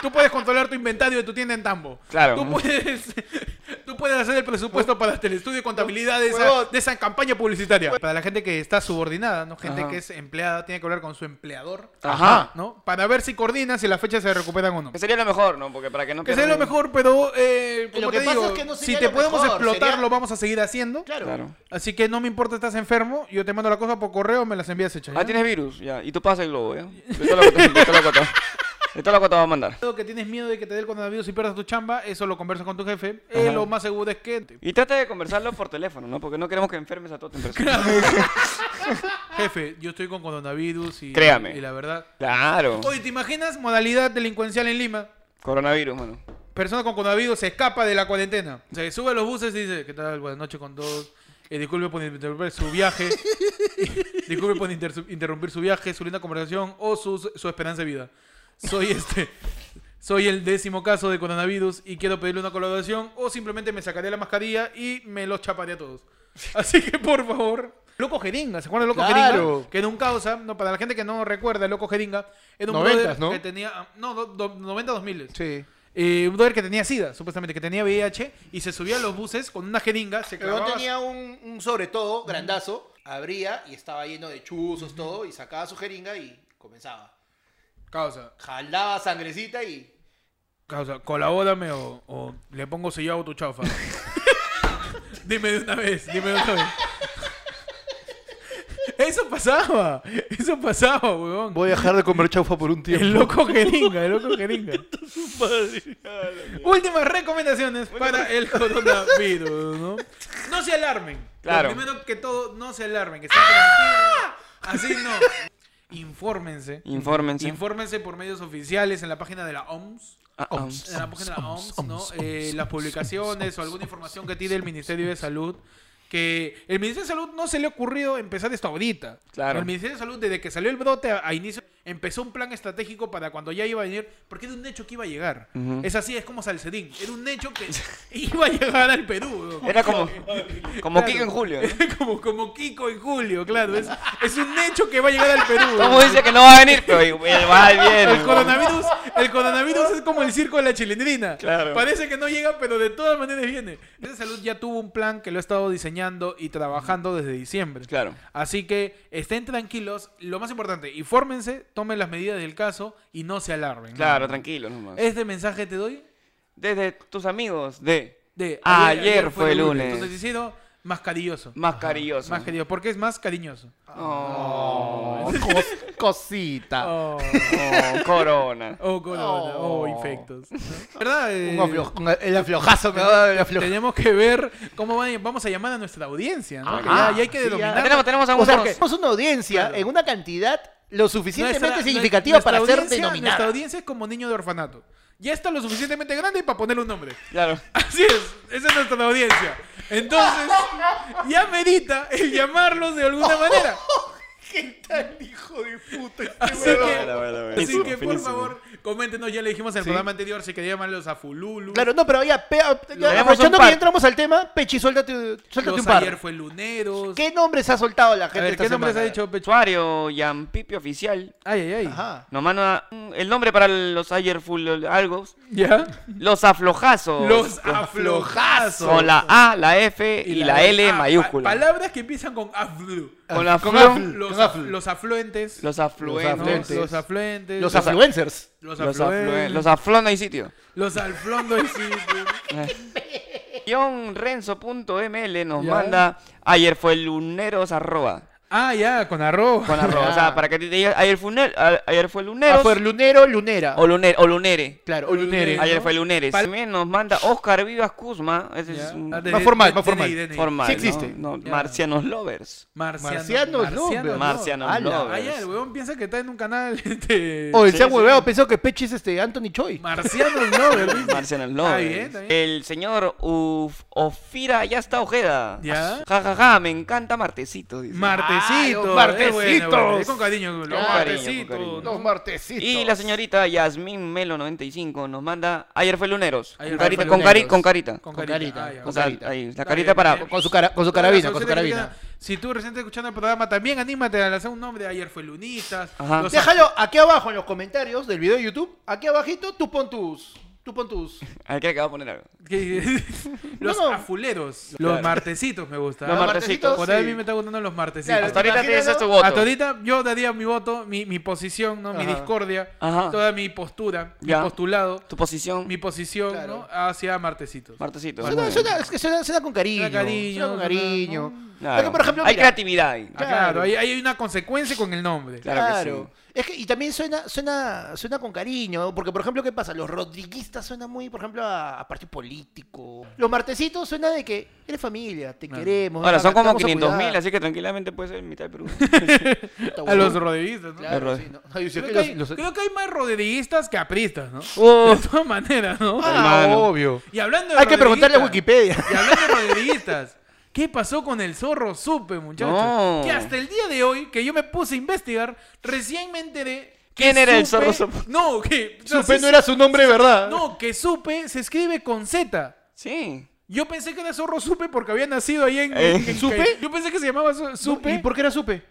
Tú puedes controlar tu inventario de tu tienda en Tambo.
Claro.
Tú puedes, *laughs* tú puedes hacer el presupuesto para el estudio de contabilidad de esa,
Huevón.
de esa campaña publicitaria. Para la gente que está subordinada, ¿no? Gente
Ajá.
que es empleada, tiene que hablar con su empleador.
Ajá.
¿No? Para ver si coordinan, si las fechas se recuperan o no.
Que sería lo mejor, ¿no? Porque para que no
Que sea
pierdan-
lo mejor, pero eh,
Lo
como
que
te
pasa
digo,
es que no
si
sería
te
lo
podemos
mejor,
explotar,
sería-
lo vamos a seguir haciendo.
Claro.
Claro.
Así que no me importa, estás enfermo. Yo te mando la cosa por correo, me las envías hechas. ¿ya?
Ah, tienes virus, ya. Y tú pasas el globo, ¿ya? De toda la cota, de toda la cota. De toda la cota va a mandar.
Lo que tienes miedo de que te dé el coronavirus y pierdas tu chamba, eso lo conversas con tu jefe. Eh,
Ajá.
lo más seguro es que
Y trata de conversarlo por teléfono, ¿no? Porque no queremos que enfermes a toda tu empresa.
Jefe, yo estoy con coronavirus y.
Créame.
Y la verdad.
Claro.
Oye, ¿te imaginas modalidad delincuencial en Lima?
Coronavirus, mano.
Persona con coronavirus se escapa de la cuarentena. Se sube a los buses y dice: ¿Qué tal? Buenas noches con todos. Eh, disculpe por interrumpir su *laughs* viaje. disculpe por inter- interrumpir su viaje, su linda conversación o su, su esperanza de vida. Soy este. Soy el décimo caso de coronavirus y quiero pedirle una colaboración o simplemente me sacaré la mascarilla y me los chaparé a todos. Así que por favor. Loco Jeringa, ¿se acuerdan de Loco
Claro.
Jeringa? Que era un causa, no, para la gente que no recuerda, Loco Jeringa era un brother
Noventas, ¿no?
que tenía. ah, No, do- do- 90 2000
*laughs* Sí.
eh, un brother que tenía SIDA, supuestamente, que tenía VIH, y se subía a los buses con una jeringa, se
Pero
clavaba...
tenía un, un sobre todo grandazo, abría y estaba lleno de chuzos, todo, y sacaba su jeringa y comenzaba.
Causa,
Jalaba sangrecita y.
causa, colabórame o, o le pongo sellado a tu chaufa. dime de una vez, dime de una vez. Eso pasaba, eso pasaba, weón.
Voy a dejar de comer chaufa por un
El loco jeringa, el loco jeringa.
*laughs*
Últimas recomendaciones para el coronavirus, ¿no? No se alarmen. Lo
Claro.
primero que todo, no se alarmen. Que estén tranquilos. Así no. Infórmense.
Infórmense.
Infórmense por medios oficiales en la página de la OMS.
Ah, ah.
En la página de la OMS, ¿no? Eh, las publicaciones o alguna información que tire el Ministerio de Salud que el Ministerio de Salud no se le ha ocurrido empezar esto ahorita.
Claro.
El Ministerio de Salud, desde que salió el brote a, a inicio, empezó un plan estratégico para cuando ya iba a venir, porque era un hecho que iba a llegar.
Ujú.
Es así, es como Salcedín. Era un hecho que *laughs* iba a llegar al Perú. ¿no?
Era como, como
Claro.
Kiko en julio.
*laughs*
¿no?
como, como Kiko en julio, claro. Es, es un hecho que va a llegar al
*laughs*
Perú.
Todo el mundo dice que no va a venir, pero igual va y viene,
El
¿no?
coronavirus, el coronavirus es como el circo de la chilindrina.
Claro.
Parece que no llega, pero de todas maneras viene. De salud ya tuvo un plan que lo ha estado diseñando y trabajando desde diciembre.
Pues Claro.
Así que estén tranquilos. Lo más importante, infórmense, tomen las medidas del caso y no se alarmen. ¿no?
Claro, tranquilo nomás.
Este mensaje te doy
Desde tus amigos de
de
Ah, Ayer fue lunes.
Entonces, Isidro, más cariñoso.
Más cariñoso. Ah.
Más cariñoso. Porque es más cariñoso.
Oh,
Cos- cosita.
Oh,
oh, corona.
oh, corona, oh,
Oh.
infectos. ¿Verdad? Eh,
Un afloj- un- el aflojazo me va a dar el
*laughs*
afloj-
Tenemos que ver cómo va- vamos a llamar a nuestra audiencia, ¿no?
Ajá.
Que ya, ya hay que
Ah, Sí, ya.
denominar.
Ya tenemos, tenemos a
O sea,
unos-
que somos una audiencia
Claro.
en una cantidad lo suficientemente
Nuestra-
significativa
nuestra
para ser
audiencia- Nuestra
denominada.
audiencia es como niño de orfanato. Ya está lo suficientemente grande para ponerle un nombre. *laughs*
Claro.
Así es, esa es nuestra audiencia. Entonces, ya merita el llamarlos de
*laughs*
alguna manera.
¿Qué tal, hijo de puta?
Así que,
Bueno, bueno, bueno.
así que por
Finísimo.
favor, coméntenos, ya le dijimos en el programa anterior si quería llamarlos a Fululu.
Claro, no, pero ya, pe- ya,
Tenemos
aprovechando
un
que
par.
ya entramos al tema, Pechi, suéltate, suéltate un
los
par.
ayer fue luneros.
¿Qué nombres ha soltado la
a
gente
ver,
esta
¿qué nombres ha
semana?
dicho Pecho?
Usuario Yampipe Oficial
Ay, ay, ay.
Ajá.
nos manda mm, el nombre para los ayer full algo.
¿Ya?
Los aflojazos.
Los aflojazos.
Con la A, la F y, la, L
ah,
mayúscula.
pa- palabras que empiezan con aflu.
con la
con
flu-
aflu.
Los,
Con aflu.
los afluentes.
Los
¿no?
afluentes.
Los afluentes.
Los afluentes.
Los
afluentes.
influencers.
Los
Los
afluentes.
afluentes. Los aflón no hay sitio.
Los alflondos y sitio.
Guión renzo.ml nos
Ya.
manda ayer fue luneros arroba.
Ah, ya, con arroz.
Con arroba. O sea, para que te diga ayer fue, lunel- a- ayer fue luneros.
Ah, fue lunero, lunera.
o, luner, o lunere.
claro, o lunere.
Ay,
Ayer fue luneres.
Eh, Pal-
También nos manda Oscar Vivas Cuzma. Ese
Ya.
es un
Ah, de-
Más formal, más
de-
formal.
DNI, DNI.
formal.
Sí
¿no?
existe.
No,
Ya.
Marcianos Lovers.
Marciano.
Marciano Lovers.
Marciano
Ala,
Ah, ya, el
Lovers.
huevón piensa que está en un canal. *laughs* Este...
O el
Sí,
se ha
sí.
hueveado, pensó que Pechi es este Anthony Choi.
Marciano Lovers. dice.
Marcianos
Está bien,
Lovers.
está bien.
eh. El señor Uf, Ofira ya está Ojeda.
Ya.
Ja, ja, ja, me encanta Martecito. dice.
Martecito.
Ah, los
eh, bueno, bueno,
martecitos.
con cariño. Los
cariño, con
martecitos.
cariño.
¿no?
Los martesitos.
Y la señorita Yasmín Melo 95 nos manda ayer fue luneros.
Ayer
con,
fue
carita,
luneros.
con cari- con carita.
Con
Con
carita.
carita,
ah, ya.
con
o sea,
carita.
ahí, la
Está
carita
bien,
para
bien.
Con su, cara, con su carabina,
Todas
con su
las
carabina.
opciones que quedan. Si tú recién estás escuchando el programa, también anímate a lanzar un nombre. Ayer fue Lunitas.
Ajá.
los-
Déjalo aquí abajo en los comentarios del video de YouTube. Aquí abajito tú pon tus... Tú pon tus...
A ver, creo que va a poner algo.
que- *laughs* los
No, no.
afuleros. Los martesitos me gusta.
Los
Ah,
martesitos,
Por ahí a mí me está gustando los martesitos.
Claro,
Hasta ahorita
Imagínalo.
tienes tu
Hasta
voto.
ahorita yo daría mi voto, mi, mi posición, ¿no? Mi
Ajá.
discordia,
Ajá.
toda mi postura, mi
Ya.
postulado,
Tu posición.
mi posición,
Claro.
¿no? Hacia martesitos.
Martecito.
Suena-
Suena, suena- es que suena, suena con cariño.
Suena cariño,
suena con
suena-
cariño.
Claro.
Porque, por ejemplo,
Hay
mira,
creatividad ahí.
Ah, claro,
claro.
ahí, ahí hay una consecuencia con el nombre.
Claro que
Es que, y también suena, suena, suena con cariño, porque por ejemplo, ¿qué pasa? Los rodriguistas suenan muy, por ejemplo, a, a partido político. Los martesitos suena de que eres familia, te
Claro.
queremos.
Ahora
ven
son
acá, te
como
vamos a
500 mil,
cuidar.
así que tranquilamente puede ser mitad de
*laughs*
Perú.
Puta,
A los
boludo.
rodeístas, ¿no?
Claro,
Los
sí, ¿no? Ay, sí,
Creo,
que
que hay,
los- los-
creo que hay más rodeístas que apristas, ¿no? *laughs*
Oh,
De todas maneras, ¿no?
Ah,
hermano.
obvio.
Y hablando de
Hay que preguntarle a
rodeístas,
Wikipedia.
Y hablando de rodeístas, ¿qué pasó con el zorro supe, muchachos?
No.
Que hasta el día de hoy, que yo me puse a investigar, recién me enteré. que
¿Quién era el
Supe-
zorro Supe?
No, que. o sea,
*laughs* Supe
sí,
no era su nombre, ¿verdad?
No, que supe se escribe con Z.
sí.
Yo pensé que era zorro supe porque había nacido ahí en.
Eh.
en- en-
¿Supe?
Yo pensé que se llamaba Zo-
¿Y
supe.
por qué era supe?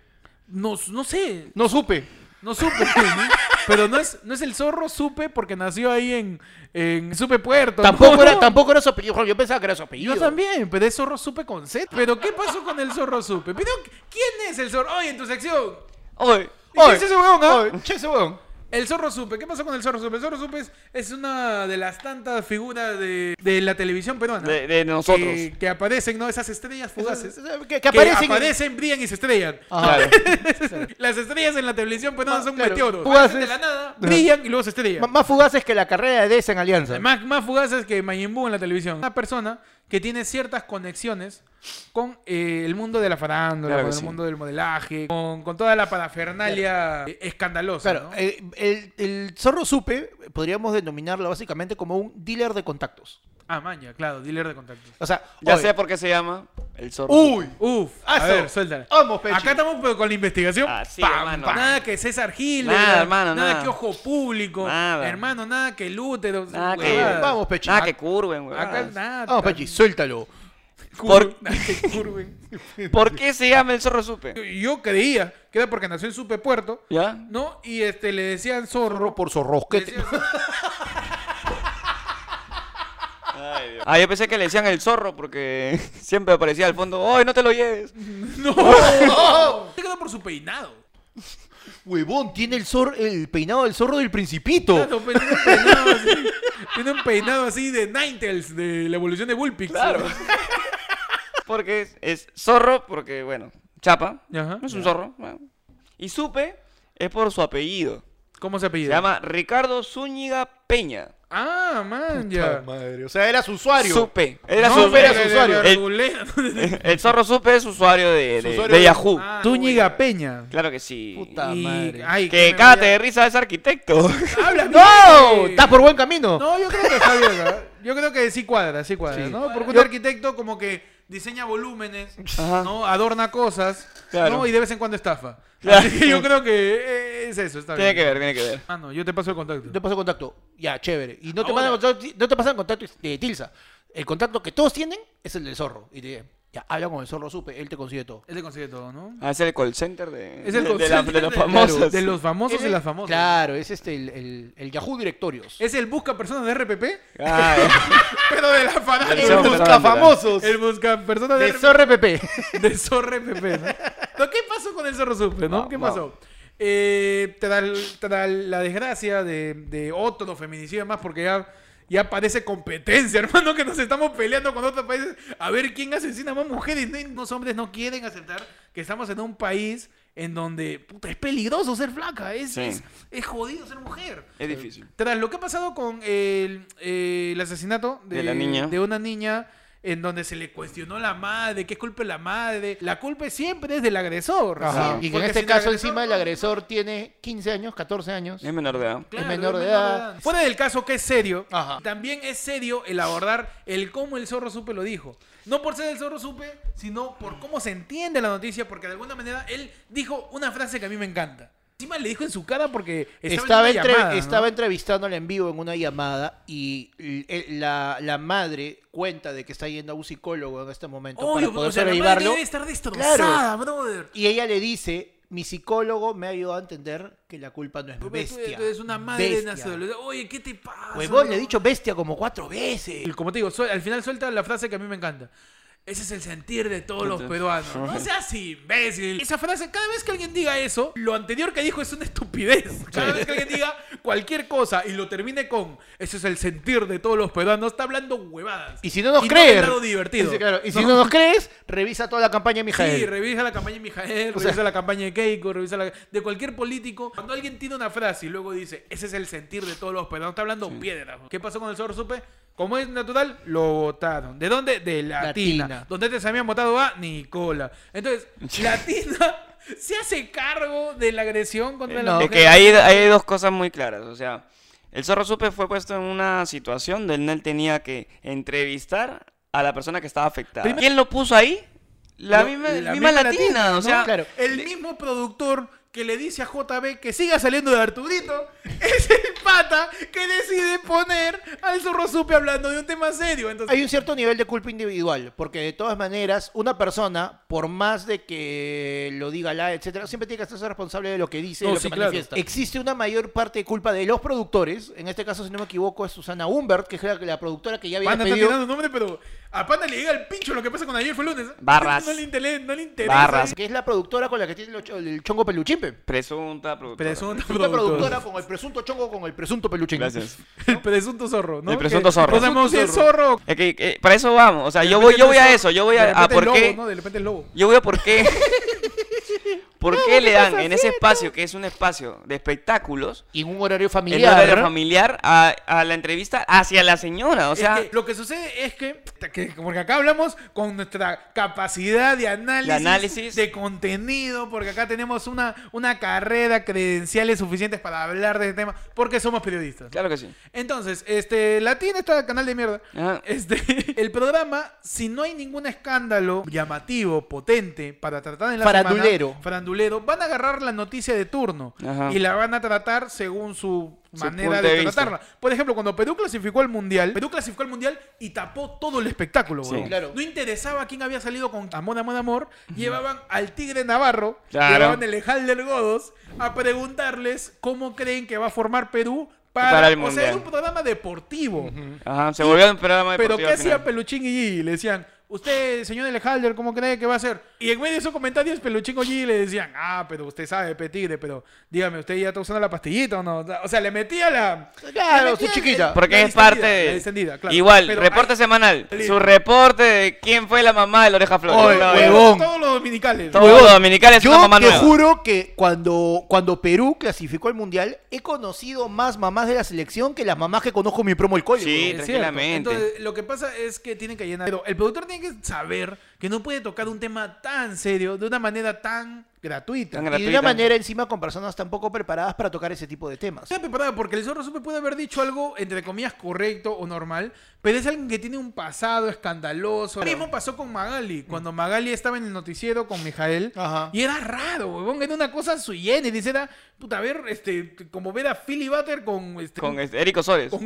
No, no sé.
No supe.
No supe. pues, ¿no? Pero no es, no es el zorro supe porque nació ahí en. en supe Puerto. ¿no?
Tampoco, era, tampoco era su apellido. Yo pensaba que era su apellido.
Yo también, pero es zorro supe con Z. ¿Pero qué pasó con el zorro supe? Pero, ¿quién es el zorro? Oye, en tu sección.
Oye,
¿Y ¿Qué es ese huevón, ah?
Oye, che, ese huevón.
El zorro supe. ¿Qué pasó con el zorro supe? El zorro supe es, es una de las tantas figuras de, de la televisión peruana.
de, de nosotros.
Que, que aparecen, ¿no? Esas estrellas fugaces.
Que, que
Que
aparecen. Ah,
aparecen, brillan y se estrellan.
Claro.
*laughs* Las estrellas en la televisión peruana son
claro.
meteoros.
Fugaces.
Aparecen de la nada, brillan y luego se estrellan.
M- *laughs* Más fugaces que la carrera de DS en Alianza.
Más, más fugaces que Majin Buu en la televisión. Una persona que tiene ciertas conexiones con eh, el mundo de la farándula,
Claro que
con el
sí.
mundo del modelaje, con, con toda la parafernalia eh, escandalosa.
Claro,
¿no?
eh, el, el zorro supe podríamos denominarlo básicamente como un dealer de contactos.
Ah, maña, claro, dealer de contactos.
O sea,
Ya
oye,
sé por qué se llama el zorro.
Uy, uf.
Aso.
A ver, suéltala.
Vamos, Pechi.
Acá estamos pero con la investigación.
Así,
Pam,
hermano.
pam. Nada que César Gil.
Nada,
¿verdad?
hermano, nada.
que ojo público.
Nada.
Hermano, nada que el útero.
Nada que-
huevadas.
Vamos, Pechi.
Nada que curven, weón.
Acá nada. *laughs*
Vamos, Pechi, ah, suéltalo.
Por-
Nada que curven.
¿Por qué se llama el zorro supe?
Yo- eh. Yo creía que era porque nació en Supepuerto,
¿Ya?
¿no? Y este le decían zorro.
Por zorrosquete.
le decían-
Ah, yo pensé que le decían el zorro porque *laughs* siempre aparecía al fondo, ¡ay, no te lo lleves!
*laughs* No. Se quedó por su peinado.
Huevón, tiene el, zor- el peinado del zorro del principito.
Claro, pues, tiene un peinado así. Tiene un peinado así de Ninetales, de la evolución de Bullpix.
Claro. Porque es, es zorro, porque, bueno, chapa.
Ajá.
no es un zorro. bueno. Y supe es por su apellido.
¿Cómo se apellida?
Se llama Ricardo Zúñiga Peña.
Ah, man, ya.
madre. O sea, era su usuario.
Supe. Era
No,
su Eh.
hombre,
era
de-
su
de
usuario.
verdulera.
El zorro supe es usuario de, de-
usuario
de
de-
Yahoo.
Ah, Zúñiga Peña.
Claro que sí.
Puta
Y-
madre.
ay,
Que
me Ah,
cate
vaya-
de risa es arquitecto. *laughs*
¡Habla
¡No!
bien!
¡Estás por buen camino!
No, yo creo que está bien, ¿verdad? Yo creo que sí cuadra, sí cuadra, ¿no? Porque un arquitecto como que diseña volúmenes,
Ajá.
¿no? Adorna cosas,
Claro.
¿no? Y de vez en cuando estafa.
Claro.
Así que yo creo que eh, es eso, está
tiene
bien.
que ver, tiene que ver.
Ah, no, yo te paso el contacto.
Te paso contacto. Ya, chévere. Y no te,
Ahora.
pasan contacto, no te pasan contacto de Tilsa. El contacto que todos tienen es el del zorro. Y te dicen, ya, habla con el zorro, supe, él te consigue todo.
Él te consigue todo, ¿no?
Ah, es el call center de,
Es el
de, de la- de
concepto
los
de-
famosos.
De los famosos
Él
y
es-
las famosas.
Claro, es este el, el, el Yahoo Directorios.
Es el busca personas de RPP,
Ah,
*laughs* pero de la fanática.
Del zorro.
El busca personas de,
De
RPP.
zorro PP.
De zorro PP, ¿no? No, ¿Qué pasó con el zorro supe, no?
Va,
¿Qué
va.
pasó? Eh, tras, tras la desgracia de, de otro feminicidio más, porque ya, ya parece competencia, hermano, que nos estamos peleando con otros países a ver quién asesina más mujeres. No, Los hombres no quieren aceptar que estamos en un país en donde puta, es peligroso ser flaca, es,
Sí.
es, es jodido ser mujer.
es difícil.
Tras lo que ha pasado con el, eh, el asesinato de,
De la niña.
de una niña en donde se le cuestionó la madre, que es culpa de la madre, la culpa siempre es del agresor.
Ajá.
¿sí?
Y que en
Porque
este
si
caso,
agresor-
encima, el agresor tiene 15 años, 14 años.
Es menor de edad.
Claro,
es menor de edad.
Fuera del caso que es serio,
Ajá.
también es serio el abordar el cómo el zorro supe lo dijo. No por ser el zorro supe, sino por cómo se entiende la noticia, porque de alguna manera él dijo una frase que a mí me encanta. Encima le dijo en su cara porque
Estaba,
en una
entre-
llamada, ¿no?
estaba entrevistándole en vivo en una llamada y l- el- la, la madre cuenta de que está yendo a un psicólogo en este momento
Obvio,
para poder
pues, o sea, la madre
sobrellevarlo.
debe estar destrozada, brother.
Y ella le dice, mi psicólogo me ha ayudado a entender que la culpa no es bestia.
Tú eres una madre
bestia.
nacional. Oye, ¿qué te pasa?
Huevón, le he dicho bestia como cuatro veces.
Y Como te digo, suel- al final suelta la frase que a mí me encanta. Ese es el sentir de todos los peruanos. No seas imbécil. Esa frase, cada vez que alguien diga eso, lo anterior que dijo es una estupidez. Cada vez que alguien diga cualquier cosa y lo termine con ese es el sentir de todos los peruanos, está hablando huevadas.
Y si no nos
Y
crees.
del lado divertido.
Dice, claro, y si no nos crees, revisa toda la campaña de Mijael.
Sí, revisa la campaña de Mijael, revisa la campaña de Keiko, revisa la de cualquier político. Cuando alguien tiene una frase y luego dice, ese es el sentir de todos los peruanos, está hablando piedras. ¿Qué pasó con el zorro supe? Como es natural, lo votaron. ¿De dónde? De Latina.
Latina.
¿Dónde te habían votado a Nicola?
*laughs*
Entonces, Latina *laughs* se hace cargo de la agresión contra la
Eh, no.
mujer.
Ok.
Es que hay, hay dos cosas muy claras. O sea, el zorro supe fue puesto en una situación donde él tenía que entrevistar a la persona que estaba afectada.
Primero-
¿Quién lo puso ahí? La,
Lo-
misma,
la
misma
misma
latina.
latina,
o sea,
Claro.
El mismo productor que le dice a JB que siga saliendo de Arturito *laughs* es el pata que decide poner al zorro supe hablando de un tema serio. Entonces,
Hay un cierto nivel de culpa individual, porque de todas maneras, una persona, por más de que lo diga la, etcétera, siempre tiene que hacerse responsable de lo que dice y
No,
lo
sí,
que
claro.
manifiesta. Existe una mayor parte de culpa de los productores, en este caso, si no me equivoco, es Susana Humbert, que es la, la productora que ya había
Panda está
pedido.
tirando nombre, pero a Panda le llega el pincho lo que pasa con ayer fue lunes. ¿eh?
Barras.
*laughs* No le interesa. No le interesa
Barras.
Que es la productora con la que tiene lo- el chongo peluchimpe.
Presunta productora.
Presunto
La productora
productor.
con el presunto chongo con el presunto peluchín.
Gracias.
El presunto zorro, ¿no?
El presunto zorro.
No sabemos si es
Presunto
zorro.
Es que, que para eso vamos. O sea,
De
yo
repente
voy, yo
no
voy
es
a
zorro,
eso. Yo voy
de
a, a
repente
por
es
qué.
*laughs* lobo, ¿no? De repente es lobo.
Yo voy a por qué. ¿Por qué le dan en ese espacio, que es un espacio de espectáculos,
Y en un horario
el
familiar.
horario familiar a, a la entrevista hacia la señora? O sea,
Es que lo que sucede es que, que- porque acá hablamos con nuestra capacidad de análisis,
De análisis.
de contenido, porque acá tenemos una, una carrera, credenciales suficientes para hablar de este tema, porque somos periodistas.
claro que sí.
Entonces, este, la tiene este canal de mierda.
Ajá.
Este, *laughs* el programa, si no hay ningún escándalo llamativo, potente, para tratar en la
Farandulero.
semana, frandulero, van a agarrar la noticia de turno
Ajá.
y la van a tratar según su
Su
manera
punto
de,
de vista.
tratarla. Por ejemplo, cuando Perú clasificó al mundial, Perú clasificó al mundial y tapó todo el espectáculo.
Sí.
huevón.
Claro.
No interesaba quién había salido con Amor, Amor, Amor. Llevaban al Tigre Navarro,
Claro.
llevaban el Halder Godos a preguntarles cómo creen que va a formar Perú para,
Para el
o sea, era
Mundial.
un programa deportivo.
Ajá, se volvió un programa
Pero ¿qué
deportivo. al
hacía
final.
Peluchín y Gigi? Le decían, usted, señor Elejalder, ¿cómo cree que va a ser? Y en medio de esos comentarios, Peluchín o Gigi le decían, ah, pero usted sabe, Petigre, pero dígame, ¿usted ya está usando la pastillita o no? O sea, le metía la...
Claro,
le
su
metía
chiquita.
el- la
Porque es
distendida,
parte de...
la distendida, claro.
Igual,
Pero
reporte
hay-
semanal.
Listo.
Su reporte de quién fue la mamá de la oreja flor.
Oye,
Todo-
huevón.
Todos los dominicales.
Todo
Huevón,
dominical es
Yo
una mamá
te
nueva.
juro que cuando, cuando Perú clasificó al mundial, he conocido más mamás de la selección que las mamás que conozco en mi promo el código.
Sí,
Es cierto.
tranquilamente.
Entonces, lo que pasa es que tienen que llenar. Pero el productor tiene que saber que no puede tocar un tema tan serio de una manera tan gratuita.
Tan
Y
gra-
de
gratuita.
una manera encima con personas tan poco preparadas para tocar ese tipo de temas.
Está preparada porque el zorro supe puede haber dicho algo entre comillas correcto o normal, pero es alguien que tiene un pasado escandaloso. Lo mismo pasó con Magali, cuando Magali estaba en el noticiero con Mijael
Ajá.
y era raro, huevón, era una cosa sui generis, era puta a ver este como ver a Philly Butter con este
Con este, Eric
*laughs*
Osores.
con-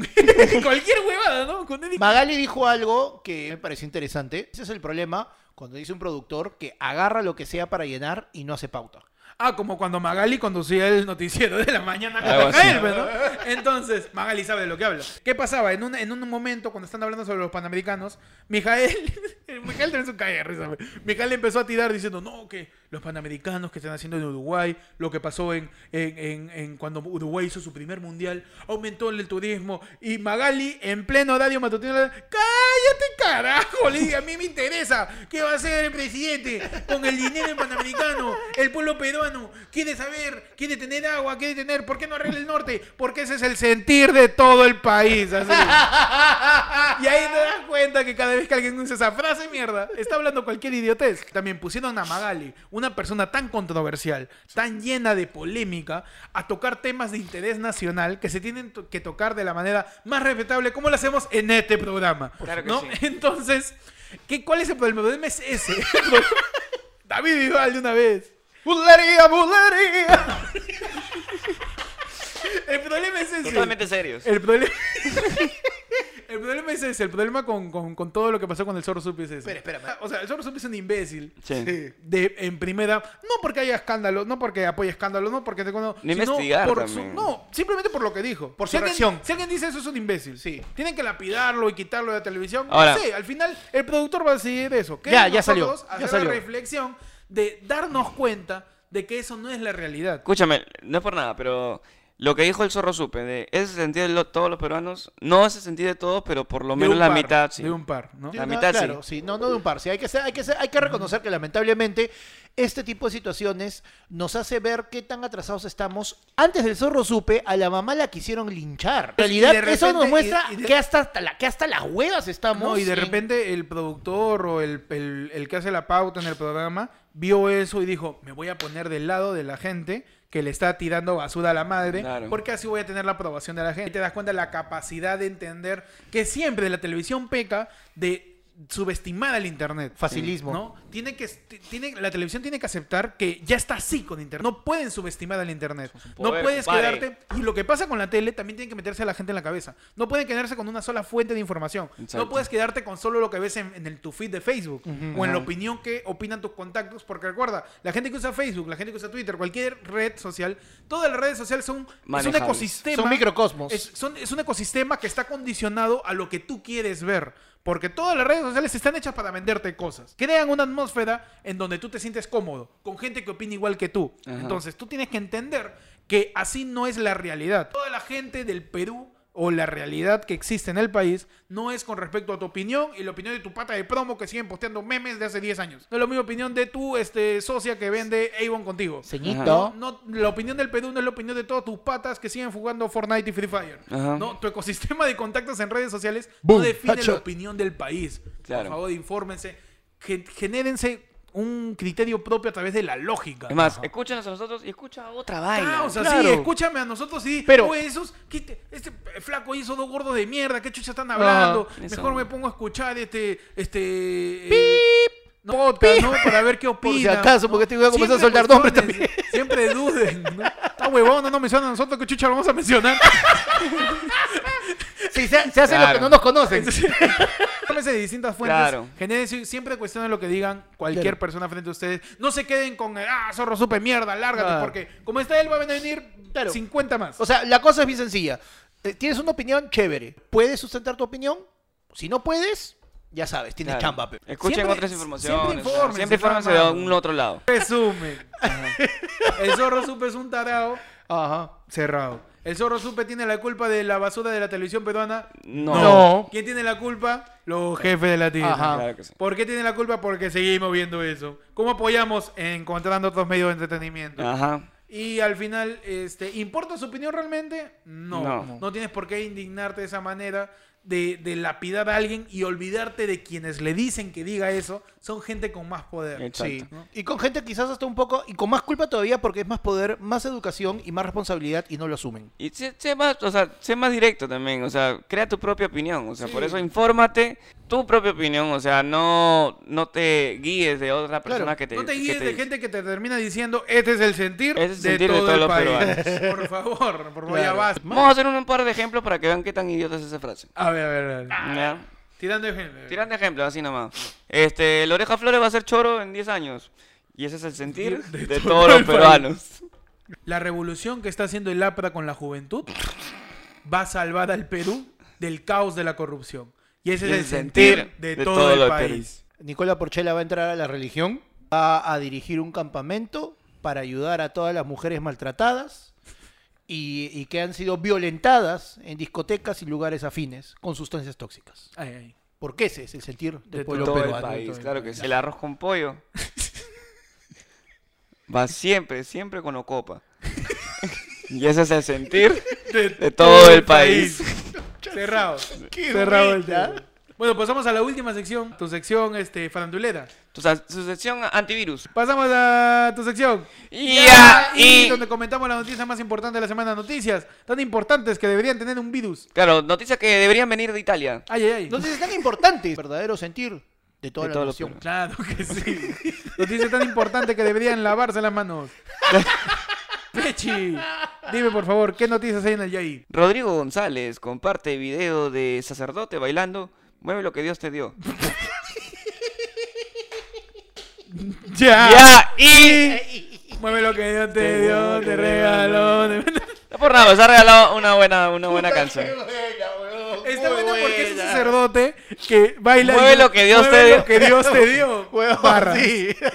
cualquier huevada, ¿no? Con Eric
Magali dijo algo que me pareció interesante. Ese es el problema cuando dice un productor que agarra lo que sea para llenar y no hace pauta.
Ah, como cuando Magali conducía el noticiero de la mañana con
Algo así.
Rafael, pues, ¿no? Entonces, Magali sabe de lo que habla. ¿Qué pasaba? En un, en un momento, cuando están hablando sobre los panamericanos, Mijael, *laughs* Mijael también es un cague de risa, güey. Mijael empezó a tirar diciendo, no, que los panamericanos que están haciendo en Uruguay, lo que pasó en, en- en- en cuando Uruguay hizo su primer mundial, aumentó el turismo. Y Magali, en pleno horario matutino, le- cállate, carajo, le dije, a mí me interesa qué va a hacer el presidente con el dinero del panamericano. El pueblo peruano quiere saber, quiere tener agua, quiere tener, ¿por qué no arregla el norte? Porque ese es el sentir de todo el país. así. *laughs* Y ahí te das cuenta que cada vez que alguien usa esa frase, mierda, está hablando cualquier idiotez. También pusieron a Magali, una persona tan controversial, tan llena de polémica, a tocar temas de interés nacional que se tienen to- que tocar de la manera más respetable, como lo hacemos en este programa.
Claro que
¿no?
sí.
Entonces, ¿qué, ¿cuál es el problema? El problema es ese. *laughs* David Vival de una vez. ¡Bulería, bulería! *laughs* el problema es ese.
Totalmente serios.
El problema. *laughs* El problema es ese, el problema con, con- con todo lo que pasó con el Zorro Supi es ese. Ah,
Espera, espera.
O sea, el Zorro Supi es un imbécil.
Sí.
De, en primera, no porque haya escándalo, no porque apoye escándalo, no porque te cono-
Ni
sino
investigar
por su-
también.
No, simplemente por lo que dijo.
Por su
si alguien-
reacción.
si alguien dice eso es un imbécil, sí. Tienen que lapidarlo y quitarlo de la televisión.
Ahora-
no sé, al final el productor va a decidir eso.
Ya,
Queremos
ya salió,
nosotros
ya
Hacer
salió.
la reflexión de darnos cuenta de que eso no es la realidad.
Escúchame, no es por nada, pero lo que dijo el zorro supe, de ese sentido de lo- todos los peruanos, no ese sentido de todos, pero por lo
De
menos
un
la
par,
mitad, sí.
De un par, ¿no?
De
La
una-
mitad sí.
claro, sí. no, no de un par. sí, hay, que ser- hay, que ser- hay que reconocer que lamentablemente este tipo de situaciones nos hace ver qué tan atrasados estamos. Antes del zorro supe, a la mamá la quisieron linchar. En
Pues, Y
realidad,
de
eso nos
repente-
muestra
y- y de-
que, hasta, hasta la, que hasta las huevas estamos.
No, y de
en-
repente el productor o el, el- el que hace la pauta en el programa vio eso y dijo, me voy a poner del lado de la gente que le está tirando basura a la madre,
Claro.
porque así voy a tener la aprobación de la gente. Y te das cuenta de la capacidad de entender que siempre la televisión peca de subestimar al internet.
Facilismo.
¿no? Tiene que, tiene, la televisión tiene que aceptar que ya está así con internet. No pueden subestimar al internet. No
poder,
puedes
compadre.
quedarte y lo que pasa con la tele también tiene que meterse a la gente en la cabeza. No pueden quedarse con una sola fuente de información.
Exacto.
No puedes quedarte con solo lo que ves en, en el, tu feed de Facebook o en la opinión que opinan tus contactos. Porque recuerda, la gente que usa Facebook, la gente que usa Twitter, cualquier red social, todas las redes sociales son es un
Manejables.
ecosistema.
Son microcosmos.
Es, son- es un ecosistema que está condicionado a lo que tú quieres ver. Porque todas las redes sociales están hechas para venderte cosas. Crean una atmósfera en donde tú te sientes cómodo, con gente que opina igual que tú.
Ajá.
Entonces tú tienes que entender que así no es la realidad. Toda la gente del Perú o la realidad que existe en el país no es con respecto a tu opinión y la opinión de tu pata de promo que siguen posteando memes de hace 10 años. No es la misma opinión de tu este, socia que vende Avon contigo.
Ceñito.
No, la opinión del Perú no es la opinión de todos tus patas que siguen jugando Fortnite y Free Fire.
Ajá.
No, tu ecosistema de contactos en redes sociales
Boom,
no define
headshot.
la opinión del país.
Claro.
Por favor, infórmense. Gen- Genérense un criterio propio a través de la lógica.
Es más, escúchanos a nosotros y escucha a otra vaina.
Ah, o sea, sí,
claro.
escúchame a nosotros y di,
Pero-
"Oye, esos, ¿qué te- este flaco hizo dos gordos de mierda, ¿qué chucha están hablando?
eso.
Mejor me pongo a escuchar este, este... eh, no, podcast, ¿no? Para ver qué
Por
opinan.
si acaso, porque te voy a
Siempre
comenzar a soltar nombres
cuestionen,
también.
Siempre duden, ¿no? Está huevón, no nos mencionan a nosotros, ¿qué chucha lo vamos
*laughs*
a mencionar?
Sí, se, se hacen los que no nos conocen.
*laughs* Tómense de distintas fuentes.
Claro.
Generen- siempre cuestionen lo que digan cualquier
Claro.
persona frente a ustedes. No se queden con, ah, zorro supe mierda, lárgate,
Claro.
porque como está él, van a venir
Claro.
50 más.
O sea, la cosa es bien sencilla. Eh, Tienes una opinión chévere. ¿Puedes sustentar tu opinión? Si no puedes, ya sabes, tienes
Claro.
chamba. pe.
Escuchen
Siempre-
otras informaciones.
siempre
o sea,
infórmense,
siempre infórmense de
nada más.
un otro lado.
Resumen. El zorro supe es un tarao
Ajá.
cerrado. El zorro supe tiene la culpa de la basura de la televisión peruana.
No.
No.
¿Quién tiene la culpa? Los jefes de la tierra.
Ajá.
Claro que sí.
¿Por qué tiene la culpa? Porque seguimos viendo eso. ¿Cómo apoyamos? Encontrando otros medios de entretenimiento.
Ajá.
Y al final, este, ¿importa su opinión realmente? No.
No.
No, tienes por qué indignarte de esa manera de, de lapidar a alguien y olvidarte de quienes le dicen que diga eso. Son gente con más poder.
Exacto.
Sí. Y con gente quizás hasta un poco, y con más culpa todavía porque es más poder, más educación y más responsabilidad y no lo asumen.
Y sé, sé más, o sea, sé más directo también, o sea, crea tu propia opinión, o sea, por eso infórmate tu propia opinión, o sea, no, no te guíes de otra persona
Claro,
que te
no te
que
guíes
te
de
dice.
gente que te termina diciendo este es el sentir,
Este es el
de,
sentir de
todo
todos
el
los
país. *laughs* Por favor, por favor, ya
Claro.
basta.
Vamos a hacer un par de ejemplos para que vean qué tan idiota es esa frase.
A ver, a ver, a ver.
¿Ya?
Tirando ejemplo.
Tirando ejemplos, así nomás. Este, el Oreja Flores va a ser choro en 10 años. Y ese es el sentir de, todos los
el país.
peruanos.
La revolución que está haciendo el APRA con la juventud va a salvar al Perú del caos de la corrupción. Y ese
Y
es el sentir de, todo, el
los
país.
peruanos.
Nicola Porchela va a entrar a la religión, va a dirigir un campamento para ayudar a todas las mujeres maltratadas y, y que han sido violentadas en discotecas y lugares afines con sustancias tóxicas.
Ay, ay.
Porque ese es el sentir del
De
pueblo
todo el
peruano.
país,
el
claro que sí. El arroz con pollo va siempre, siempre con ocopa. y ese es el sentir de todo el país. *laughs*
Cerrado. Cerrado el tema. Bueno, pasamos a la última sección, tu sección este, farandulera.
Tu sa- su sección antivirus.
Pasamos a tu sección.
Ya, y...
donde comentamos las noticias más importantes de la semana. Noticias tan importantes que deberían tener un virus.
Claro, noticias que deberían venir de Italia.
Ay, ay, ay.
Entonces es tan importante el verdadero sentir de toda
De
la
todo lo
nación.
peruano.
Claro que sí. Noticias tan importantes que deberían lavarse las *laughs* manos. Pechi, dime por favor, ¿qué noticias hay en el Yai?
Rodrigo González comparte video de sacerdote bailando. Mueve lo que Dios te dio.
Ya.
Ya, y...
Mueve lo que Dios te dio, te regaló.
No por nada, se ha regalado una buena, una buena canción.
Está bueno porque es un sacerdote que baila. y-
Mueve lo que Dios
mueve
te dio.
lo que Dios te *laughs* dio. Barras.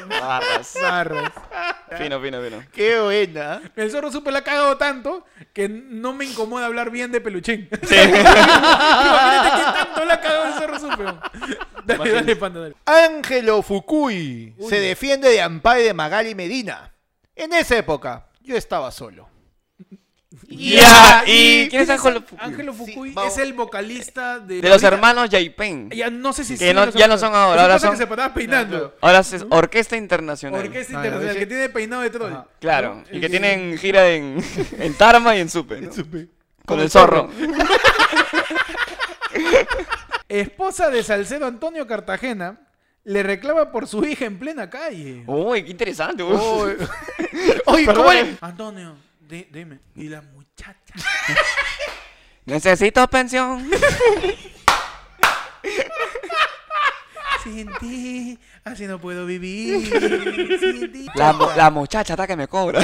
Barras.
Barras.
Ah, Fino, fino, fino.
*laughs* Qué buena.
El zorro supe la ha cagado tanto que no me incomoda hablar bien de peluchín. *laughs*
Sí.
Imagínate qué tanto la ha cagado el zorro supe. Dale, dale, panda, dale.
Ángelo Fukui se defiende de Ampay de Magali Medina. En esa época, yo
*laughs*
estaba solo.
Ya, y... ¿Quién es Ángel?
Ángelo Fukui
Sí, vamos.
es el vocalista de,
De los
ahorita-
hermanos Yaipen.
Ya no sé si
Que
sí,
no- ya no son ahora,
Lo que
ahora
pasa es
son-
que se paraba peinando.
Ahora es Orquesta Internacional.
Orquesta
Ah,
Internacional,
ese-
que tiene peinado de troll.
Claro. Y que tienen gira en, *laughs* en Tarma y en Supe. ¿no? Con el zorro.
Eh, Esposa de Salcedo Antonio Cartagena le reclama por su hija en plena calle.
Uy, qué interesante. uy. *laughs*
Oye, ¿cómo
Perdón.
le-
Antonio, di- dime. Y la muchacha.
Necesito pensión.
Sin ti, así no puedo vivir. Sin ti.
La, mo- la muchacha está que me cobra.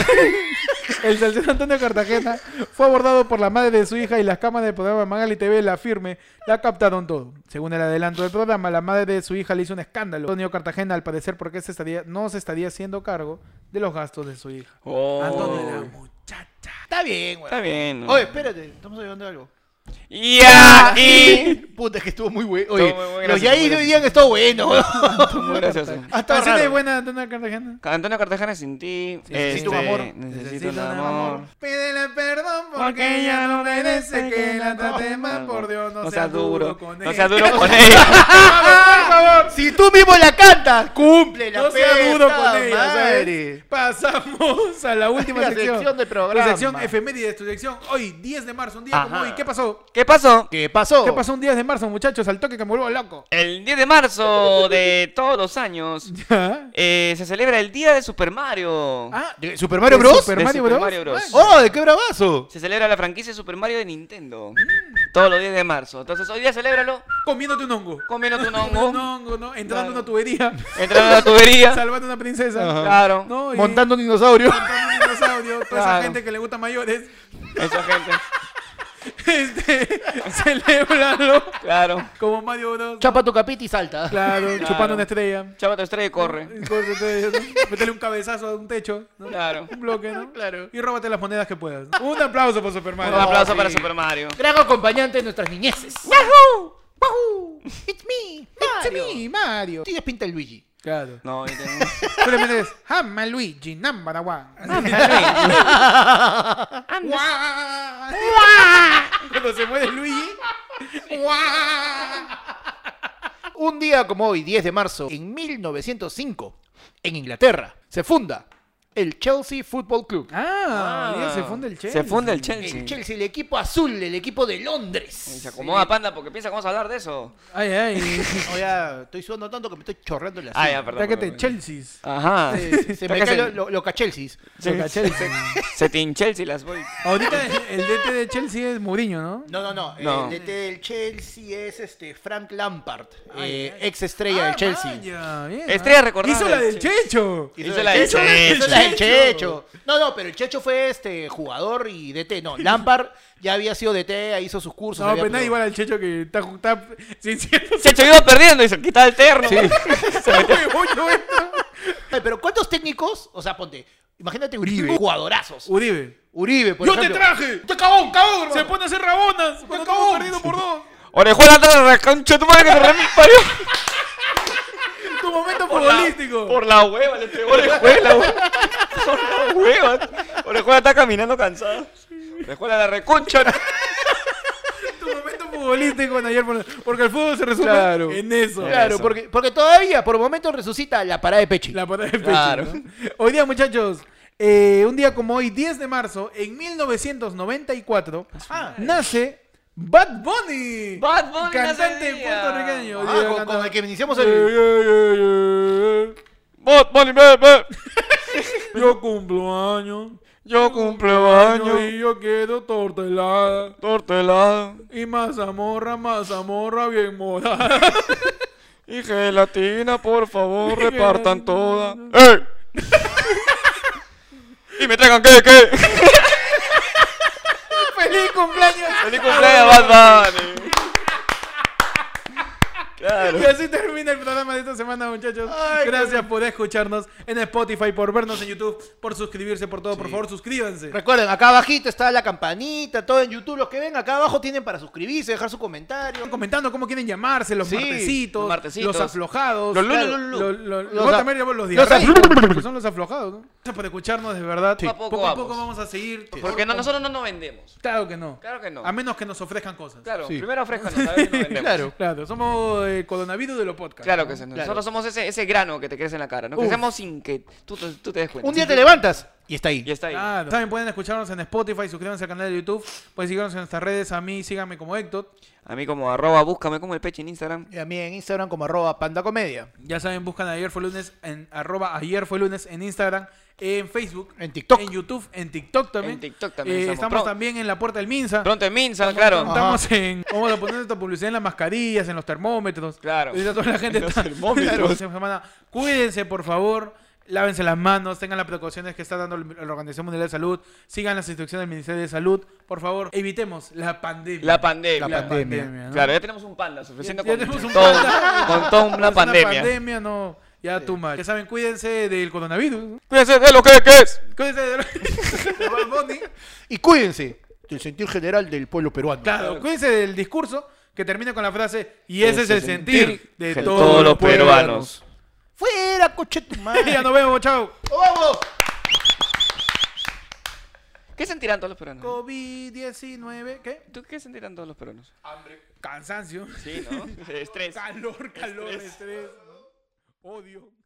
El Salcedo Antonio Cartagena fue abordado por la madre de su hija y las cámaras del programa Magali TV La Firme la captaron todo. Según el adelanto del programa, la madre de su hija le hizo un escándalo. Antonio Cartagena, al parecer, porque se estaría, no se estaría haciendo cargo de los gastos de su hija.
Oh.
Antonio, la muchacha.
Está bien, güey.
Está bien. ¿no?
Oye, espérate, estamos hablando de algo.
Y ahí.
Puta, es que estuvo muy bueno. Oye,
Estuvo muy bueno,
los
sí, muy
yaís de hoy
gracioso.
día han estado buenos.
*laughs* Muy gracioso.
Hasta
Canción de
raro.
buena Antona Cartagena.
Antonio Cartagena sin ti.
Necesito
este,
un amor.
Necesito un amor.
Pídele perdón porque ella no merece que la trate mal. Por Dios, no, seas duro con
No
ella.
seas duro
*laughs*
con ella.
*laughs*
Ah.
Si tú mismo la cantas, cumple la
No sea duro con ella.
madre.
¿sabes? Pasamos a la última
La
sección.
sección del programa.
Tu sección efeméride, tu sección. Hoy, 10 de marzo, un día como
Ajá.
hoy. ¿Qué pasó?
¿Qué pasó?
¿Qué pasó?
¿Qué pasó un 10 de marzo, muchachos? Al toque que me vuelvo loco.
El 10 de marzo de todos los años
¿Ah?
eh, se celebra el Día de Super Mario.
¿De ¿Super Mario
¿De
Bros?
Super
De
Mario
Super
Bros?
Mario Bros.
¡Oh, de qué bravazo!
Se celebra la franquicia Super Mario de Nintendo. Todos los 10 de marzo. Entonces hoy día celébralo
Comiéndote un hongo.
comiéndote un
Un
hongo,
hongo, ¿no? Entrando en
Claro.
una tubería.
entrando a la
*laughs*
tubería.
Salvando a una princesa.
Claro.
¿no? Y-
Montando un dinosaurio.
montando un dinosaurio. Toda esa
Claro.
gente que le gusta mayores. *laughs*
Esa gente.
Este, *laughs* celebralo
Claro.
como Mario Bros.
Chapa tu capita y salta.
Claro, chupando una estrella.
Chava te estrella y corre.
Córtate, ¿no? Métele un cabezazo a un techo, ¿no?
Claro.
Un bloque, ¿no?
Claro.
Y róbate las monedas que puedas. Un aplauso por Super
Un
Mario.
aplauso
sí.
para Super Mario.
Gran acompañante de nuestras niñeces.
It's me, Mario. It's me, Mario. Tienes pinta de Luigi.
Claro.
No, hoy tengo-
Solamente es Hama Luigi number
*laughs*
one. Guau. Cuando se muere Luigi.
Un día como hoy, 10 de marzo, en 1905, en Inglaterra, se funda el Chelsea Football Club.
Ah,
Ah.
ya se funde el Chelsea.
Se funde el
El
Chelsea.
Chelsea, el equipo azul, el equipo de
Y
Londres.
Se acomoda panda porque piensa que vamos a hablar de eso.
Ay, ay.
No, Oh, ya estoy sudando tanto que me estoy chorreando la
Ah,
silla.
ya, *laughs* perdón.
Táquete,
perdón.
Chelsea.
Ajá.
Se, se me
Sácase-
cae lo, lo, lo cachelsis.
Toca Chelsea.
*laughs* Se te Chelsea las voy.
Ahorita el DT de Chelsea es Mourinho, ¿no?
No, no, no.
No.
El DT del Chelsea es este Frank Lampard, eh, ex estrella del Chelsea.
Ah, Vaya, bien,
Estrella
ah.
recordada
Hizo la
del
del Checho.
Hizo
Hizo
la
la
del
del
Checho.
Checho.
hizo la del Checho. No, no, pero el Checho fue este jugador y DT. No, Lampard ya había sido DT, hizo sus cursos.
No,
había
pero pues nada igual
aprendido.
al Checho que está está sin *laughs* cierto.
Checho iba perdiendo y se quita el *laughs* terno.
Se metió. Uy, no, esto.
Ay, Pero ¿cuántos técnicos? O sea, ponte, imagínate Uribe, jugadorazos.
Uribe.
Uribe, por
Yo
ejemplo.
te traje. Te cagón, cagón, Se pone a hacer rabonas. Cuando estamos perdidos por dos.
Orejuela atrás, la concha tu madre que te remil parió.
Tu momento futbolístico.
Por la hueva, le pegó orejuela, güey. Por la hueva. Orejuela está caminando cansado. Orejuela la reconcha.
Tu momento futbolístico en ayer. por- Porque el fútbol se resume
Claro.
en eso.
Claro,
Eso.
porque, porque todavía, por momentos, resucita la parada de Ah, Pechi.
La patada de pecho.
Claro.
¿no? Hoy día, muchachos. eh, un día como hoy, 10 de marzo, en 1994, ah, nace Bad Bunny.
Bad Bunny
Cantante
nace hoy día.
puertorriqueño. Hoy
Ah,
día
con,
canta-
con el que iniciamos
Ey,
el...
ey, ey, ey, ey.
Bot, money, bebé.
Yo cumplo años.
Yo cumplo años.
Y yo quiero torta helada.
Tortelado
Y mazamorra, mazamorra bien morada. *laughs*
y gelatina, por *laughs* favor,
repartan
repartan
toda.
toda. ¡Ey! *laughs* y me traigan qué, qué.
¡Feliz cumpleaños!
¡Feliz cumpleaños, Bad Bunny! Claro.
Y así termina el programa de esta semana, muchachos. Gracias por escucharnos en Spotify, por vernos en YouTube, por suscribirse, por todo. Por favor, suscríbanse.
Recuerden, acá abajito está la campanita, todo en YouTube. Los que ven acá abajo tienen para suscribirse, dejar su comentario.
Están comentando cómo quieren llamarse, los
Sí,
martesitos, los
los martesitos.
aflojados.
Los lu-
claro,
lu- lu-
lo- lo-
Los
luego
a-
también llamamos los
los a-
diarreicos, que son los aflojados, ¿no? Gracias por escucharnos, de verdad.
Poco a poco
a
vamos.
poco vamos a seguir.
Porque no- nosotros no nos vendemos.
Claro que no.
Claro que no.
A menos que nos ofrezcan cosas.
Claro,
Sí.
primero ofrézcanos, a ver si nos vendemos.
Claro.
Claro, somos eh, coronavirus de los podcasts.
Claro que sí. Nosotros
Claro.
somos ese, ese grano que te crece en la cara. No
Uf.
crecemos sin que tú, te- tú te des cuenta.
Un día te levantas y está ahí.
Y está ahí.
Claro. Saben, pueden escucharnos en Spotify, suscríbanse al canal de YouTube, pueden seguirnos en nuestras redes, a mí síganme como Héctor.
A mí como arroba, búscame como el peche en Instagram.
Y a mí en Instagram como arroba pandacomedia.
Ya saben, buscan ayer fue lunes en arroba ayer fue lunes en Instagram, en Facebook,
En TikTok.
en YouTube, en TikTok también.
En TikTok también
Eh,
estamos.
estamos
Pronto.
también en la puerta del Minsa.
Pronto en Minsa, claro.
Estamos en. Vamos a poner esta publicidad en las mascarillas, en los termómetros.
Claro.
Ahorita toda la gente
En los
está-
termómetros.
Claro, *laughs* esta semana. Cuídense, por favor. Lávense las manos, tengan las precauciones que está dando el- la Organización Mundial de Salud, sigan las instrucciones del Ministerio de Salud, por favor, evitemos la pandemia.
La pandemia.
La pandemia.
¿no?
Claro, ya tenemos un panda suficiente
Ya- ya
con,
tenemos un
todo-
panda.
con toda una
*laughs* Es una
pandemia.
pandemia, no, ya tú más. Ya saben, cuídense del coronavirus,
Cuídense de lo que, que es.
*laughs* cuídense de, de Bad Bunny.
Y cuídense. del sentir general del pueblo peruano.
Claro, cuídense del discurso que termina con la frase y ese es el sentir de
de
todos,
todos los
los pueblos.
peruanos.
¡Fuera, coche tu madre!
*laughs* ya nos vemos, chao.
¡Vamos!
¿Qué sentirán todos los peruanos?
COVID-19, ¿qué?
¿Tú qué sentirán todos los peruanos?
Cansancio,
Sí, ¿no?
*laughs*
Estrés.
calor, calor,
Estrés.
estrés, odio.